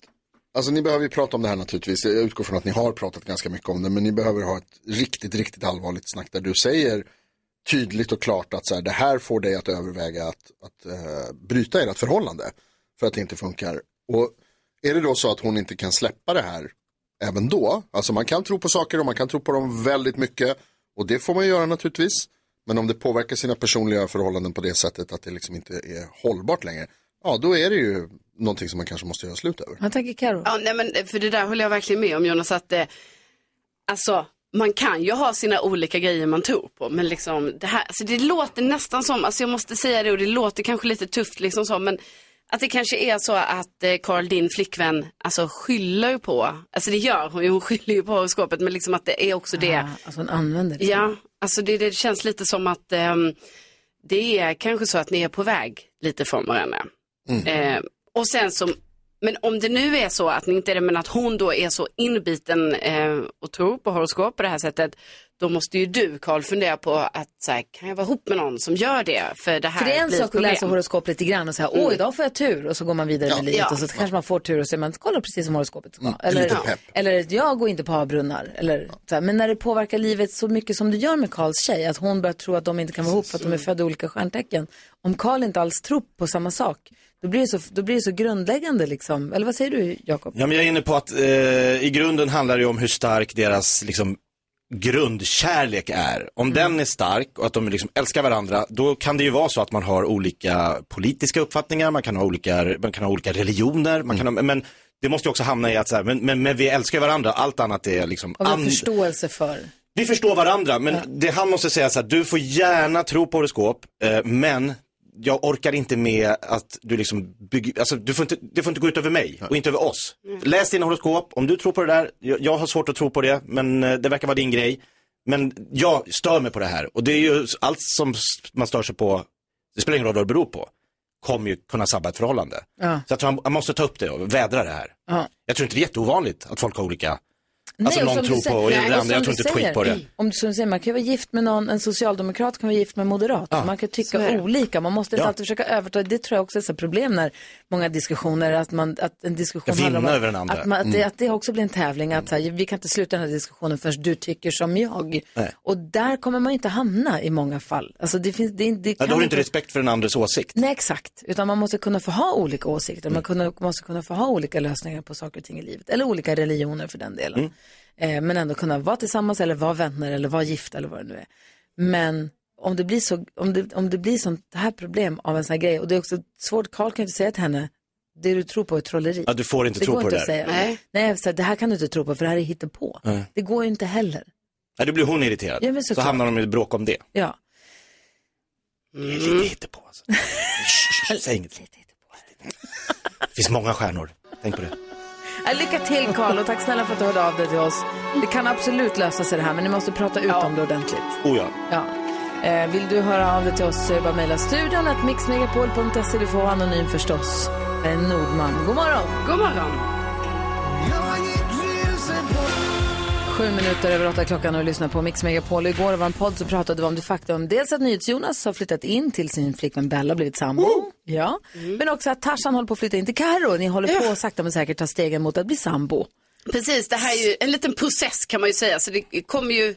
[SPEAKER 4] alltså ni behöver ju prata om det här naturligtvis. Jag utgår från att ni har pratat ganska mycket om det. Men ni behöver ha ett riktigt, riktigt allvarligt snack där du säger tydligt och klart att så här, det här får dig att överväga att, att eh, bryta ert förhållande. För att det inte funkar. Och är det då så att hon inte kan släppa det här även då? Alltså man kan tro på saker och man kan tro på dem väldigt mycket. Och det får man ju göra naturligtvis. Men om det påverkar sina personliga förhållanden på det sättet att det liksom inte är hållbart längre. Ja, då är det ju någonting som man kanske måste göra slut över.
[SPEAKER 2] Vad tänker Karo?
[SPEAKER 5] Ja, nej, men eh, för det där håller jag verkligen med om Jonas, att eh, alltså, man kan ju ha sina olika grejer man tror på, men liksom det här, alltså, det låter nästan som, alltså jag måste säga det och det låter kanske lite tufft liksom så, men att det kanske är så att eh, Carl, din flickvän, alltså skyller ju på, alltså det gör hon ju, hon skyller ju på horoskopet, men liksom att det är också det.
[SPEAKER 2] Alltså hon använder det.
[SPEAKER 5] Ja, alltså det, det känns lite som att ehm, det är kanske så att ni är på väg lite från varandra.
[SPEAKER 6] Mm.
[SPEAKER 5] Eh, och sen så, men om det nu är så att ni inte är det, men att hon då är så inbiten eh, och tror på horoskop på det här sättet, då måste ju du Carl fundera på att så här, kan jag vara ihop med någon som gör det? För det här
[SPEAKER 2] För det är en
[SPEAKER 5] blir ett
[SPEAKER 2] sak att
[SPEAKER 5] problem. Mm.
[SPEAKER 2] läsa horoskop lite grann och säga, åh idag får jag tur och så går man vidare med livet
[SPEAKER 5] Ja.
[SPEAKER 2] och så kanske man får tur och så är man, kolla precis som horoskopet ska.
[SPEAKER 5] Mm,
[SPEAKER 2] Eller,
[SPEAKER 5] lite pepp.
[SPEAKER 2] eller jag går inte på avbrunnar. Eller, så här. Men när det påverkar livet så mycket som det gör med Karls tjej, att hon börjar tro att de inte kan vara ihop för att de är födda i olika stjärntecken. Om Karl inte alls tror på samma sak, då blir det så, då blir det så grundläggande liksom. Eller vad säger du Jakob?
[SPEAKER 7] Ja, men jag är inne på att eh, i grunden handlar det ju om hur stark deras liksom, grundkärlek är.
[SPEAKER 2] Mm.
[SPEAKER 7] Om den är stark och att de liksom älskar varandra, då kan det ju vara så att man har olika politiska uppfattningar, man kan ha olika, man kan ha olika religioner, man kan
[SPEAKER 2] Mm.
[SPEAKER 7] ha, men det måste ju också hamna i att så här, men, men, men vi älskar ju varandra, allt annat är liksom
[SPEAKER 2] Har vi
[SPEAKER 7] and-
[SPEAKER 2] förståelse för?
[SPEAKER 7] vi förstår varandra, men det han måste säga så här, du får gärna tro på horoskop, eh, men jag orkar inte med att du liksom bygger, alltså du får inte, det får inte gå ut över mig och inte över oss. Läs dina horoskop, om du tror på det där, jag, jag har svårt att tro på det, men eh, det verkar vara din grej. Men jag stör mig på det här och det är ju allt som s- man stör sig på, det spelar ingen roll vad det beror på, kommer ju kunna sabba ett förhållande.
[SPEAKER 2] Ja.
[SPEAKER 7] Så jag tror han, han måste ta upp det och vädra det här.
[SPEAKER 2] Ja.
[SPEAKER 7] Jag tror inte det är jätteovanligt att folk har olika Alltså
[SPEAKER 2] Nej,
[SPEAKER 7] någon
[SPEAKER 2] och som
[SPEAKER 7] tror
[SPEAKER 2] du säger-
[SPEAKER 7] på det
[SPEAKER 2] Nej,
[SPEAKER 7] andra,
[SPEAKER 2] och som
[SPEAKER 7] jag
[SPEAKER 2] du
[SPEAKER 7] tror inte ett skit på
[SPEAKER 2] säger,
[SPEAKER 7] det.
[SPEAKER 2] Om du som du säger, man kan ju vara gift med någon, en socialdemokrat kan vara gift med en moderat. man kan tycka olika, man måste inte
[SPEAKER 7] Ja.
[SPEAKER 2] alltid försöka överta. Det tror jag också är ett problem när många diskussioner, att, man, att en diskussion
[SPEAKER 7] Vinna
[SPEAKER 2] att,
[SPEAKER 7] över den andra.
[SPEAKER 2] Att, man, att, det,
[SPEAKER 7] Mm.
[SPEAKER 2] att det också blir en tävling, att så här, vi kan inte sluta den här diskussionen förrän du tycker som jag.
[SPEAKER 7] Nej.
[SPEAKER 2] Och där kommer man ju inte hamna i många fall. Alltså det finns, det, det
[SPEAKER 7] Ja,
[SPEAKER 2] kan
[SPEAKER 7] då har du inte respekt för den andres åsikt.
[SPEAKER 2] Nej, exakt. Utan man måste kunna få ha olika åsikter.
[SPEAKER 7] Mm.
[SPEAKER 2] Man kunna, måste kunna få ha olika lösningar på saker och ting i livet. Eller olika religioner för den delen.
[SPEAKER 7] Mm.
[SPEAKER 2] Eh, men ändå kunna vara tillsammans eller vara vänner eller vara gift eller vad det nu är. Men om det blir, så, om det, om det blir sånt här problem av en sån här grej. Och det är också svårt, Karl kan ju inte säga till henne, det du tror på är trolleri.
[SPEAKER 7] Ja, du får inte
[SPEAKER 2] det
[SPEAKER 7] tro
[SPEAKER 2] går
[SPEAKER 7] på
[SPEAKER 2] inte
[SPEAKER 7] det
[SPEAKER 2] att
[SPEAKER 7] där.
[SPEAKER 2] säga.
[SPEAKER 7] Nej.
[SPEAKER 2] Nej, Nej så här, det här kan du inte tro på för det här är hittepå.
[SPEAKER 7] Nej.
[SPEAKER 2] Det går ju inte heller.
[SPEAKER 7] Ja, då blir hon irriterad.
[SPEAKER 2] Ja, men
[SPEAKER 7] så
[SPEAKER 2] såklart.
[SPEAKER 7] hamnar de i ett bråk om det.
[SPEAKER 2] Ja.
[SPEAKER 7] Lite hittepå alltså. Shh, Säg inget. Det finns många stjärnor, tänk på det.
[SPEAKER 2] Ja, Lycka till Karl och tack snälla för att du hörde av dig till oss. Det kan absolut lösa sig det här men ni måste prata ut om det ordentligt.
[SPEAKER 7] Oh ja.
[SPEAKER 2] Ja. Eh, vill du höra av dig till oss så är det bara att mejla studion att mixmegapol.se. Du får vara anonym förstås. Här är Nordman. God morgon!
[SPEAKER 5] God morgon!
[SPEAKER 2] Sju minuter över åtta klockan och lyssnar på Mix Megapol. Igår var en podd så pratade vi om det faktum dels att NyhetsJonas har flyttat in till sin flickvän Bella och blivit sambo.
[SPEAKER 5] Mm.
[SPEAKER 2] Ja. Men också att Tarzan håller på att flytta in till Karo. Ni håller på sakta men säkert ta stegen mot att bli sambo.
[SPEAKER 5] Precis, det här är ju en liten process kan man ju säga. Så det kommer ju,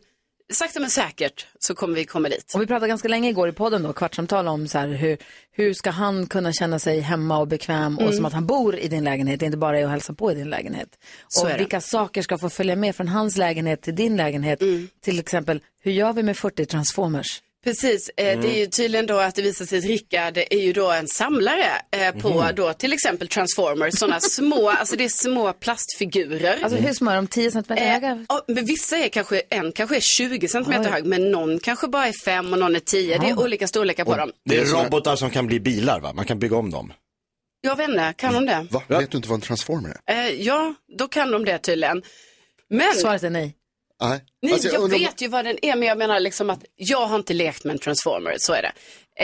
[SPEAKER 5] sakta men säkert så kommer vi komma dit.
[SPEAKER 2] Och vi pratade ganska länge igår i podden då, kvartssamtal om så här hur, hur ska han kunna känna sig hemma och bekväm och
[SPEAKER 5] Mm.
[SPEAKER 2] som att han bor i din lägenhet, inte bara är och hälsar på i din lägenhet.
[SPEAKER 5] Så är
[SPEAKER 2] och
[SPEAKER 5] det.
[SPEAKER 2] vilka saker ska få följa med från hans lägenhet till din lägenhet.
[SPEAKER 5] Mm.
[SPEAKER 2] Till exempel, hur gör vi med 40 transformers?
[SPEAKER 5] Precis, eh,
[SPEAKER 2] Mm.
[SPEAKER 5] det är ju tydligen då att det visar sig att Rickard är ju då en samlare eh, på
[SPEAKER 2] Mhm.
[SPEAKER 5] då till exempel Transformers, sådana små, alltså det är små plastfigurer.
[SPEAKER 2] Alltså hur små är de? 10 centimeter
[SPEAKER 5] Eh,
[SPEAKER 2] höga?
[SPEAKER 5] ja, men vissa är kanske, en kanske är 20 centimeter
[SPEAKER 2] Oj.
[SPEAKER 5] hög, men någon kanske bara är 5 och någon är 10. Det är
[SPEAKER 2] Ja.
[SPEAKER 5] olika storlekar på dem.
[SPEAKER 7] Det är robotar som kan bli bilar va? Man kan bygga om dem.
[SPEAKER 5] Jag vet inte, kan de det?
[SPEAKER 4] Va? Vet du inte vad en transformer är?
[SPEAKER 5] Eh, ja, då kan de det tydligen. Men...
[SPEAKER 2] Svaret är nej.
[SPEAKER 4] Nej.
[SPEAKER 5] Nej,
[SPEAKER 4] Alltså,
[SPEAKER 5] jag,
[SPEAKER 4] undrar om-
[SPEAKER 5] vet ju vad den är, men jag menar liksom att jag har inte lekt med en transformer, så är det.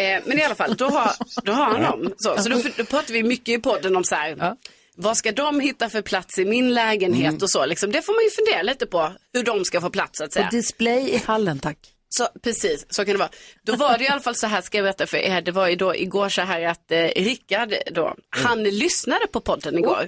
[SPEAKER 5] Eh, men i alla fall, då har, då har han dem. Så, så då, då pratar vi mycket i podden om så här, vad ska de hitta för plats i min lägenhet och så. Liksom. Det får man ju fundera lite på, hur de ska få plats så att säga.
[SPEAKER 2] Och display i hallen tack.
[SPEAKER 5] Så, precis, så kan det vara. Då var det i alla fall så här, ska jag berätta för er, det var ju då igår så här att eh, Rickard då,
[SPEAKER 2] Mm.
[SPEAKER 5] han lyssnade på podden igår.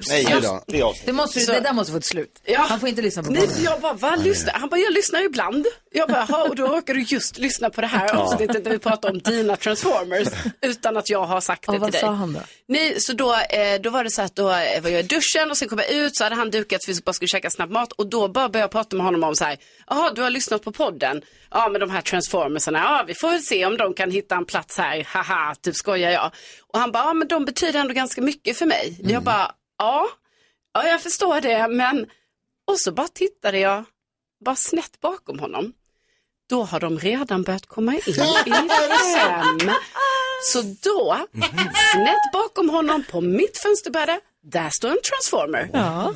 [SPEAKER 2] Det, måste,
[SPEAKER 5] Så-
[SPEAKER 2] det där måste få ett slut. Han får inte lyssna på
[SPEAKER 5] Nej,
[SPEAKER 2] podden.
[SPEAKER 5] för jag bara, va, lyssna? Han bara, jag lyssnar ibland. Jag bara, "Jaha, och då råkar du just lyssna på det här
[SPEAKER 2] Ja.
[SPEAKER 5] avsnittet där vi pratar om dina transformers utan att jag har sagt det
[SPEAKER 2] Och
[SPEAKER 5] till
[SPEAKER 2] vad
[SPEAKER 5] dig.
[SPEAKER 2] sa han då?
[SPEAKER 5] Nej, så då, eh, då var det så att då eh, var jag i duschen och sen kom jag ut så hade han dukat för vi bara skulle käka snabbmat och då bara började jag prata med honom om så här, jaha du har lyssnat på podden, ja men de här transformersarna, ja vi får väl se om de kan hitta en plats här, haha, typ skojar jag. Och han bara, ja men de betyder ändå ganska mycket för mig.
[SPEAKER 2] Mm.
[SPEAKER 5] Jag bara, ja, ja jag förstår det men, och så bara tittade jag, bara snett bakom honom. Då har de redan börjat komma in i mitt hem. Så då, snett bakom honom på mitt fönsterbräde, där står en transformer.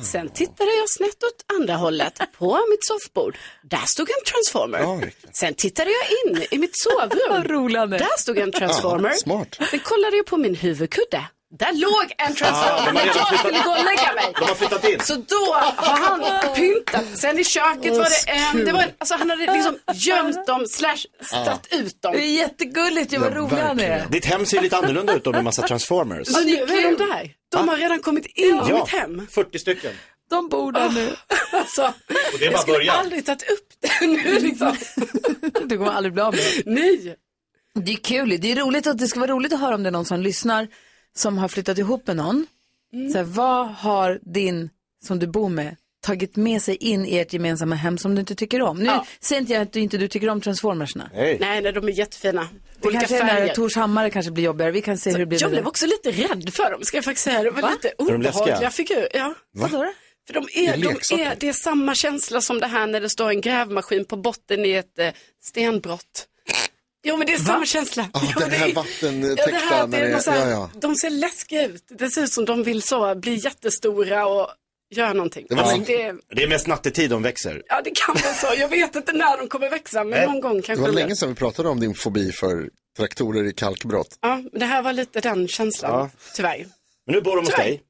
[SPEAKER 5] Sen tittade jag snett åt andra hållet på mitt soffbord. Där stod en transformer. Sen tittade jag in i mitt sovrum. där stod en transformer.
[SPEAKER 4] Ja, smart.
[SPEAKER 5] Sen kollade jag på min huvudkudde. Där låg en
[SPEAKER 7] Ah, de
[SPEAKER 5] transformer
[SPEAKER 7] har
[SPEAKER 5] när
[SPEAKER 7] redan
[SPEAKER 5] jag
[SPEAKER 7] flyttat-
[SPEAKER 5] skulle gå och lägga mig.
[SPEAKER 7] De har flyttat in.
[SPEAKER 5] Så då har han pyntat. Sen i
[SPEAKER 7] Åh,
[SPEAKER 5] köket
[SPEAKER 7] Ah.
[SPEAKER 5] var det en,
[SPEAKER 7] kul.
[SPEAKER 5] det var en, alltså han hade liksom gömt dem slash statt ut dem.
[SPEAKER 2] Det är jättegulligt ju, vad Ja, rolig han är. verkligen.
[SPEAKER 7] Ditt hem ser lite annorlunda ut då med massa transformers.
[SPEAKER 2] Alltså,
[SPEAKER 5] Och nu är de där. De
[SPEAKER 7] Va?
[SPEAKER 5] har redan kommit in i
[SPEAKER 7] Ja.
[SPEAKER 5] mitt hem.
[SPEAKER 7] 40 stycken.
[SPEAKER 2] De bor där nu.
[SPEAKER 5] Alltså,
[SPEAKER 7] Och det är
[SPEAKER 5] jag
[SPEAKER 7] bara
[SPEAKER 5] skulle
[SPEAKER 7] början.
[SPEAKER 5] aldrig tagit upp det nu liksom.
[SPEAKER 2] Du kommer aldrig bli av med det.
[SPEAKER 5] Nej.
[SPEAKER 2] Det är kul. Det är roligt att det ska vara roligt att höra om det är någon som lyssnar som har flyttat ihop med någon. Så här, vad har din, som du bor med, tagit med sig in i ert gemensamma hem som du inte tycker om? Nu säger inte jag att du inte du tycker om transformersna.
[SPEAKER 5] Nej. nej, de är jättefina.
[SPEAKER 2] Det
[SPEAKER 5] Olika
[SPEAKER 2] kanske är när
[SPEAKER 5] färger.
[SPEAKER 2] Tors Hammare kanske blir jobbigare. Vi kan se hur det blir.
[SPEAKER 5] Alltså, Jag
[SPEAKER 2] med
[SPEAKER 5] blev
[SPEAKER 2] det.
[SPEAKER 5] också lite rädd för dem, ska jag faktiskt säga. De var
[SPEAKER 2] Va?
[SPEAKER 5] lite
[SPEAKER 2] Är de läskiga?
[SPEAKER 5] obehagliga figurer. Ja.
[SPEAKER 2] Va? Vadå då?
[SPEAKER 5] För de
[SPEAKER 2] Det
[SPEAKER 5] är,
[SPEAKER 2] är
[SPEAKER 5] de
[SPEAKER 2] leksaker.
[SPEAKER 5] är, det är samma känsla som det här när det står en grävmaskin på botten i ett eh, stenbrott. Jo men det är samma känsla.
[SPEAKER 4] Ja,
[SPEAKER 5] jo,
[SPEAKER 4] den här
[SPEAKER 5] ja, det
[SPEAKER 4] vattentäckta
[SPEAKER 5] här, att det
[SPEAKER 4] när
[SPEAKER 5] är någon
[SPEAKER 4] det
[SPEAKER 5] så här,
[SPEAKER 4] ja, ja.
[SPEAKER 5] De ser läskiga ut. Det ser ut som de vill så, bli jättestora och göra någonting.
[SPEAKER 7] Det,
[SPEAKER 5] alltså,
[SPEAKER 7] var...
[SPEAKER 5] det,
[SPEAKER 7] det är mest nattetid de växer.
[SPEAKER 5] ja, det kan vara så. Jag vet inte när de kommer växa men någon gång
[SPEAKER 4] Det
[SPEAKER 5] kanske
[SPEAKER 4] var
[SPEAKER 5] de
[SPEAKER 4] länge
[SPEAKER 5] gör.
[SPEAKER 4] sedan vi pratade om din fobi för traktorer i kalkbrott.
[SPEAKER 5] Ja, men det här var lite den känslan,
[SPEAKER 4] Ja.
[SPEAKER 5] tyvärr.
[SPEAKER 7] Men nu bor de hos dig.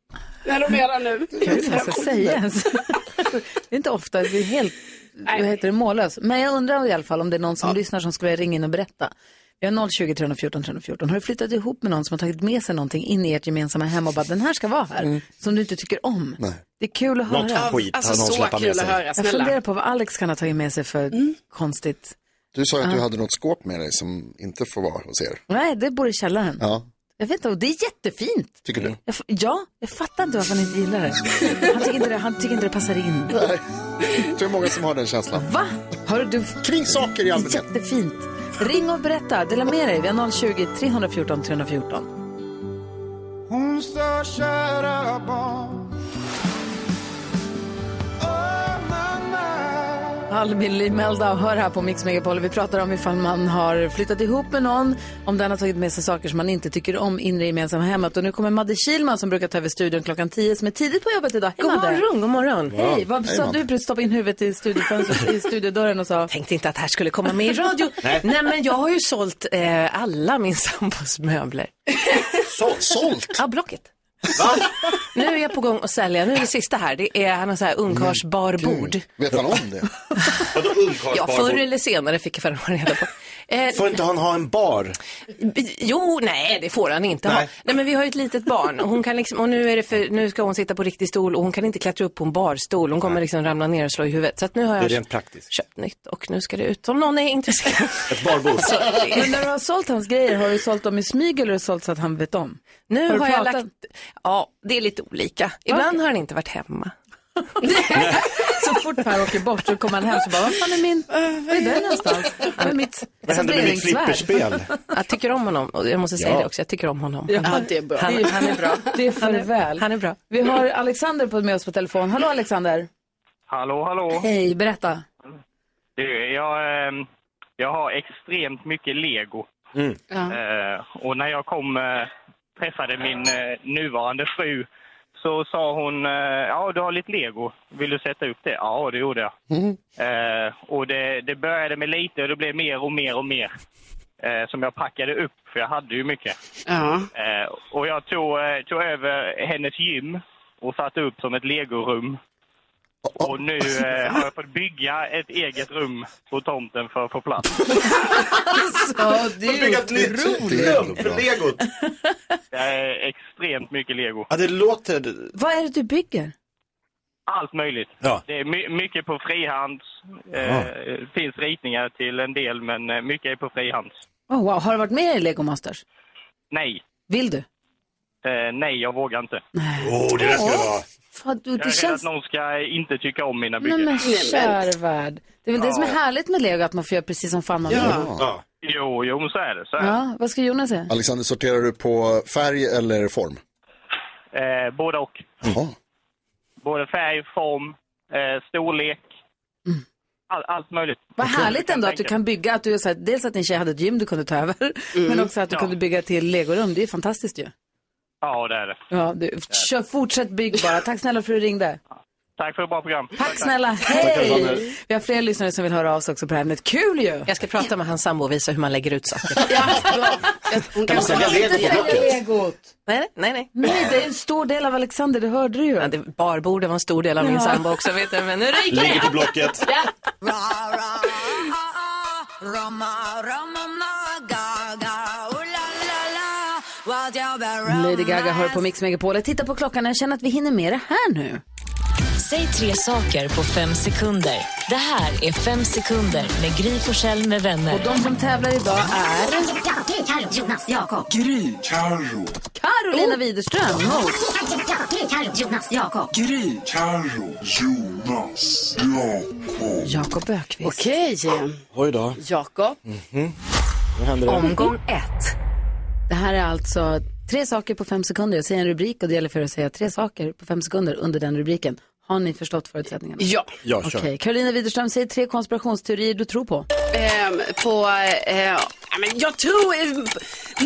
[SPEAKER 5] När de är där nu.
[SPEAKER 2] Jag vet inte vad jag ska säga ens. Det är inte ofta, vi är helt vad heter det, mållös. Men jag undrar i alla fall om det är någon som lyssnar som skulle vilja ringa in och berätta. Vi har 020 314 314. Har du flyttat ihop med någon som har tagit med sig någonting in i ert gemensamma hem och bara den här ska vara här, som du inte tycker om? Det är kul att höra.
[SPEAKER 5] Något skit har Alltså, Mm. någon så släpat med kul sig. att höra,
[SPEAKER 2] jag
[SPEAKER 5] snälla. Mm.
[SPEAKER 2] funderar på vad Alex kan ha tagit med sig för konstigt.
[SPEAKER 4] Du sa ju att du
[SPEAKER 2] Ja.
[SPEAKER 4] hade något skåp med dig som inte får vara hos er.
[SPEAKER 2] Nej, det bor i källaren.
[SPEAKER 4] Ja,
[SPEAKER 2] Jag vet inte, och det är jättefint.
[SPEAKER 4] tycker du?
[SPEAKER 2] Jag, f- ja, jag fattar inte varför han inte gillar det. Han tycker inte det, han tycker inte det passar in.
[SPEAKER 4] Nej. Jag tror många som har den känslan.
[SPEAKER 2] Va? Har du...
[SPEAKER 4] Kring saker i allmänhet.
[SPEAKER 2] Jättefint. Ring och berätta, dela med dig. Vi har 020 314 314.
[SPEAKER 6] Hon sa kära barn
[SPEAKER 2] Albin Lee Meldau hör här på Mix Megapol. Vi pratar om ifall man har flyttat ihop med någon, om den har tagit med sig saker som man inte tycker om in i det gemensamma hemmet. Och nu kommer Madde Kilman som brukar ta över studion klockan 10 som är tidigt på jobbet idag. Hej,
[SPEAKER 12] God
[SPEAKER 2] Madde.
[SPEAKER 12] morgon, god morgon.
[SPEAKER 2] Hej, vad
[SPEAKER 12] Hej,
[SPEAKER 2] sa
[SPEAKER 12] Madde.
[SPEAKER 2] du? Precis stoppade in huvudet i, studiofönstret, i studiodörren och sa?
[SPEAKER 12] Tänkte inte att det här skulle komma med i radio.
[SPEAKER 2] Nej.
[SPEAKER 12] Nej. men jag har ju sålt eh, alla min sambos möbler.
[SPEAKER 4] Sålt?
[SPEAKER 12] Ja, Blocket. Nu är jag på gång att sälja, nu är det sista här. Det är, han har så här ungkarlsbarbord.
[SPEAKER 4] Vet han om det?
[SPEAKER 7] Vadå
[SPEAKER 12] Ja, förr
[SPEAKER 7] Mm. ungkarlsbarbord?
[SPEAKER 12] eller senare fick jag förra reda på. Eh,
[SPEAKER 7] Får inte han ha en bar?
[SPEAKER 12] Jo, nej, det får han inte ha.
[SPEAKER 7] Nej.
[SPEAKER 12] Nej, men vi har ju ett litet barn och, hon kan liksom, och nu, är det för, nu ska hon sitta på riktig stol och hon kan inte klättra upp på en barstol. Hon kommer liksom ramla ner och slå i huvudet. Så att nu har
[SPEAKER 7] Det är
[SPEAKER 12] jag
[SPEAKER 7] rent praktiskt.
[SPEAKER 12] köpt nytt och nu ska det ut om någon är intresserad.
[SPEAKER 7] Ett barbord.
[SPEAKER 12] Så-
[SPEAKER 2] Men när du har sålt hans grejer, har du sålt dem i smyg eller har du sålt så att han vet om?
[SPEAKER 12] Nu
[SPEAKER 2] du
[SPEAKER 12] har jag
[SPEAKER 2] pratat?
[SPEAKER 12] lagt, ja det är lite olika. Ibland har han inte varit hemma.
[SPEAKER 2] Så fort Per åker bort så kommer han hem så bara, vad fan är min, vad är den någonstans? Vad är mitt
[SPEAKER 12] Äh, Vad hände med mitt
[SPEAKER 2] serveringssvärd?"
[SPEAKER 12] flipperspel? Jag tycker om honom och jag måste säga
[SPEAKER 2] Ja.
[SPEAKER 12] det också, jag tycker om honom.
[SPEAKER 2] Ja,
[SPEAKER 12] han,
[SPEAKER 2] det är bra.
[SPEAKER 12] Han, han är bra.
[SPEAKER 2] Det är för väl.
[SPEAKER 12] Han är bra.
[SPEAKER 2] Vi har Alexander på- med oss på telefon. Hallå Alexander.
[SPEAKER 13] Hallå, hallå.
[SPEAKER 2] Hej, berätta.
[SPEAKER 13] Du, jag, ehm, jag har extremt mycket lego.
[SPEAKER 6] Mm.
[SPEAKER 13] Eh, och när jag kom eh, träffade min eh, nuvarande fru så sa hon eh, ja du har lite lego, vill du sätta upp det? Ja, det gjorde jag. Eh, och det, det började med lite och det blev mer och mer och mer eh, som jag packade upp för jag hade ju mycket.
[SPEAKER 5] Ja.
[SPEAKER 13] Eh, och jag tog, eh, tog över hennes gym och satte upp som ett legorum. Och nu eh, har jag fått bygga ett eget rum på tomten för att få plats.
[SPEAKER 2] Alltså, det
[SPEAKER 7] är ju otroligt. För legot.
[SPEAKER 13] Det är extremt mycket lego.
[SPEAKER 7] Ja, det låter...
[SPEAKER 2] Vad är det du bygger?
[SPEAKER 13] Allt möjligt.
[SPEAKER 7] Ja.
[SPEAKER 13] Det är my- mycket på frihand. Eh,
[SPEAKER 7] Ja.
[SPEAKER 13] finns ritningar till en del, men eh, mycket är på frihand.
[SPEAKER 2] Oh, wow. Har du varit med i Lego Masters?
[SPEAKER 13] Nej,
[SPEAKER 2] Vill du?
[SPEAKER 13] eh, nej, jag vågar inte.
[SPEAKER 7] Oh,
[SPEAKER 2] det där ska det vara. Fan, du,
[SPEAKER 13] Jag
[SPEAKER 2] det
[SPEAKER 13] är rädd
[SPEAKER 2] känns...
[SPEAKER 13] att någon ska inte tycka om mina
[SPEAKER 2] Nej
[SPEAKER 13] byggen.
[SPEAKER 2] men kär värld. Det är väl det
[SPEAKER 13] Ja.
[SPEAKER 2] som är härligt med Lego, att man får göra precis som fan man vill.
[SPEAKER 13] Ja. Jo, jo, men så är det. Så är det.
[SPEAKER 2] Ja, vad ska Jonas säga?
[SPEAKER 4] Alexander, sorterar du på färg eller form?
[SPEAKER 13] Eh, både och.
[SPEAKER 7] Mm.
[SPEAKER 4] Jaha.
[SPEAKER 13] Både färg, form, eh, storlek. All, allt möjligt.
[SPEAKER 2] Mm. Vad härligt ändå att du
[SPEAKER 13] tänka.
[SPEAKER 2] kan bygga, att du är så här, dels att din tjej hade ett gym du kunde ta över, men också att du
[SPEAKER 13] Ja.
[SPEAKER 2] kunde bygga till legorum. Det är ju fantastiskt ju.
[SPEAKER 13] Ja, det är det.
[SPEAKER 2] Ja, du, kör, fortsätt bygg bara. Tack snälla för att du ringde.
[SPEAKER 13] Tack för ett bra program.
[SPEAKER 2] Tack snälla, hej! Vi har fler lyssnare som vill höra av sig också på det här ämnet. Kul ju!
[SPEAKER 12] Jag ska prata med hans sambo och visa hur man lägger ut saker.
[SPEAKER 2] Kan man sälja lego på Blocket? legot?
[SPEAKER 12] Nej, nej, nej.
[SPEAKER 2] Nej, det är en stor del av Alexander, det hörde du ju. Ja,
[SPEAKER 12] det, barbordet var en stor del av min
[SPEAKER 2] Ja.
[SPEAKER 12] sambo också, vet du. Men nu ryker det.
[SPEAKER 7] Blocket.
[SPEAKER 2] Lady Gaga hör på Mix Megapol. Jag tittar på klockan, jag känner att vi hinner med det här nu.
[SPEAKER 3] Säg tre saker på fem sekunder. Det här är Fem sekunder med Gry Forssell med vänner.
[SPEAKER 2] Och de som tävlar idag är...
[SPEAKER 3] Jonas, Jakob.
[SPEAKER 2] Gry.
[SPEAKER 14] Carro.
[SPEAKER 3] Oh.
[SPEAKER 2] Carolina Widerström mot...
[SPEAKER 3] Jonas, Jakob.
[SPEAKER 14] Gry. Carro. Jonas. Jakob.
[SPEAKER 2] Jakob Ökvist.
[SPEAKER 5] Okej.
[SPEAKER 7] Oj då.
[SPEAKER 5] Jakob.
[SPEAKER 7] Mhm. Vad händer där?
[SPEAKER 2] Omgång ett. Det här är alltså tre saker på fem sekunder. Jag säger en rubrik och det gäller för er att säga tre saker på fem sekunder under den rubriken. Har ni förstått förutsättningarna?
[SPEAKER 5] Ja.
[SPEAKER 7] Ja,
[SPEAKER 2] Okej,
[SPEAKER 7] kör.
[SPEAKER 2] Carolina Widerström säger tre konspirationsteorier du tror på.
[SPEAKER 5] Ehm, på, eh, eh, ja, men jag tror eh,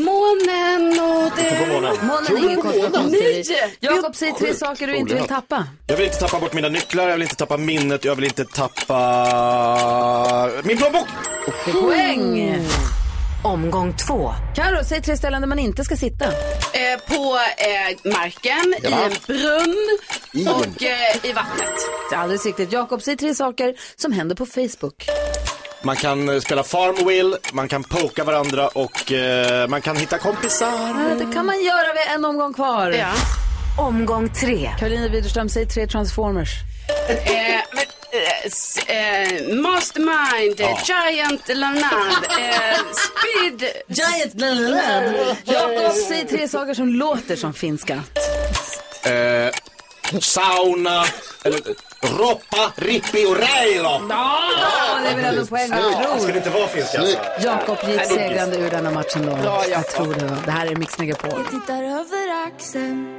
[SPEAKER 5] månen och det...
[SPEAKER 2] Månen är ingen konspirationsteori.
[SPEAKER 5] Nej!
[SPEAKER 2] Jakob säger tre
[SPEAKER 7] Sjukt.
[SPEAKER 2] saker du inte vill
[SPEAKER 7] Solglad.
[SPEAKER 2] tappa.
[SPEAKER 7] Jag vill inte tappa bort mina nycklar, jag vill inte tappa minnet, jag vill inte tappa min plånbok.
[SPEAKER 2] Poäng!
[SPEAKER 3] Omgång två.
[SPEAKER 2] Karo, säg tre ställen där man inte ska sitta.
[SPEAKER 5] Eh, på eh, marken, i
[SPEAKER 2] Ja.
[SPEAKER 5] en brunn
[SPEAKER 2] I en-
[SPEAKER 5] och eh, i vattnet.
[SPEAKER 2] Det är alldeles riktigt. Jakob, säg tre saker som händer på Facebook.
[SPEAKER 7] Man kan eh, spela Farmville, man kan poka varandra och eh, man kan hitta kompisar.
[SPEAKER 2] Ja, Ah, Det kan man göra, vi har en omgång kvar.
[SPEAKER 3] Omgång tre.
[SPEAKER 2] Karolina Widerström, säg tre Transformers.
[SPEAKER 5] Eh, men, eh, s- eh, mastermind, eh, Giant Lanad, eh, Speed...
[SPEAKER 2] Giant Lanad. Jakob, säg tre saker som låter som finska.
[SPEAKER 7] Eh, sauna, eller eh, roppa, rippi och reilo.
[SPEAKER 2] Ja, det är väl ändå poäng, jag tror.
[SPEAKER 7] Det skulle inte vara finska alltså.
[SPEAKER 2] Jakob
[SPEAKER 7] Nej,
[SPEAKER 2] gick
[SPEAKER 7] det är
[SPEAKER 2] segrande ur denna matchen då.
[SPEAKER 7] Bra,
[SPEAKER 2] jag
[SPEAKER 7] Jakob.
[SPEAKER 2] tror det. Var. Det här är Mix Megapol.
[SPEAKER 15] tittar över axeln.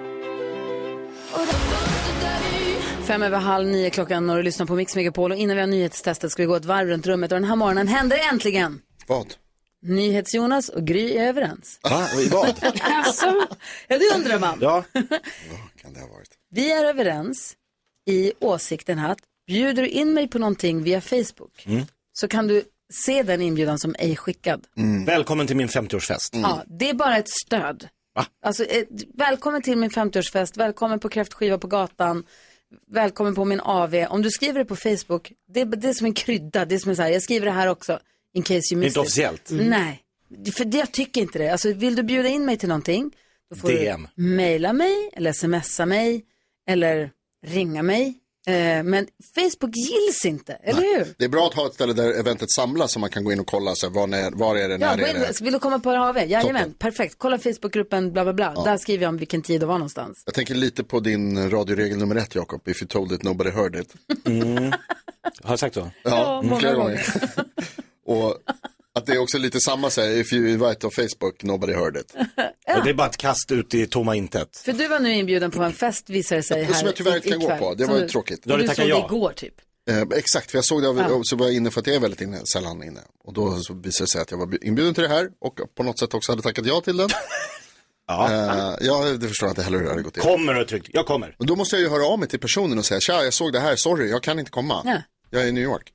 [SPEAKER 2] Fem över halv nio klockan och du lyssnar på Mix Megapol. Och innan vi har nyhetstestet ska vi gå ett varv runt rummet. Och den här morgonen händer det äntligen.
[SPEAKER 4] Vad?
[SPEAKER 2] NyhetsJonas och Gry är överens.
[SPEAKER 4] Va? I vad?
[SPEAKER 2] Alltså. Ja, det undrar man.
[SPEAKER 7] Ja.
[SPEAKER 2] Vi är överens i åsikten att bjuder du in mig på någonting via Facebook
[SPEAKER 7] Mm.
[SPEAKER 2] så kan du se den inbjudan som ej skickad.
[SPEAKER 4] Mm.
[SPEAKER 7] Välkommen till min 50-årsfest.
[SPEAKER 2] Ja, det är bara ett stöd. Alltså, ett, välkommen till min 50-årsfest, välkommen på kräftskiva på gatan, välkommen på min AV. Om du skriver det på Facebook, det, är- det är som en krydda, det är som en så här, jag skriver det här också. in case you missed
[SPEAKER 7] Inte
[SPEAKER 2] it.
[SPEAKER 7] officiellt.
[SPEAKER 2] Mm. Nej, för det, jag tycker inte det. Alltså, vill du bjuda in mig till någonting, då får
[SPEAKER 7] DM.
[SPEAKER 2] du mejla mig eller smsa mig eller ringa mig. Eh, men Facebook gills inte, eller hur?
[SPEAKER 4] Det är bra att ha ett ställe där eventet samlas så man kan gå in och kolla så här, var, när, var är det,
[SPEAKER 2] Ja,
[SPEAKER 4] när
[SPEAKER 2] vad
[SPEAKER 4] är
[SPEAKER 2] är
[SPEAKER 4] det.
[SPEAKER 2] det? vill du komma på HV? Jajamän,
[SPEAKER 4] Toppen.
[SPEAKER 2] perfekt. Kolla Facebookgruppen bla bla bla.
[SPEAKER 4] Ja.
[SPEAKER 2] Där skriver jag om vilken tid och var någonstans.
[SPEAKER 4] Jag tänker lite på din radioregel nummer ett Jakob, if you told it nobody heard it.
[SPEAKER 7] Mm. Har jag sagt så?
[SPEAKER 4] Ja,
[SPEAKER 2] många
[SPEAKER 4] flera gånger. och att det är också lite samma så här, if you invite on Facebook nobody heard it.
[SPEAKER 7] Och det är bara ett kast ut i tomma intet.
[SPEAKER 2] För du var nu inbjuden på en fest visar det sig här
[SPEAKER 4] Som jag tyvärr inte kan
[SPEAKER 2] ikväll.
[SPEAKER 4] gå på, det
[SPEAKER 2] Som
[SPEAKER 4] var ju
[SPEAKER 2] du-
[SPEAKER 4] tråkigt.
[SPEAKER 2] Du såg det igår typ.
[SPEAKER 4] Eh, exakt, för jag såg det av,
[SPEAKER 2] Ja.
[SPEAKER 4] så var jag inne för att jag är väldigt inne, sällan inne. Och då så visade det sig att jag var inbjuden till det här och på något sätt också hade tackat ja till den. ja. Eh, ja, det förstår jag inte heller hur det hade gått till.
[SPEAKER 7] Kommer och tryckt, jag kommer.
[SPEAKER 4] Och då måste jag ju höra av mig till personen och säga, tja, jag såg det här, sorry, jag kan inte komma.
[SPEAKER 2] Nej.
[SPEAKER 4] Jag är i New York.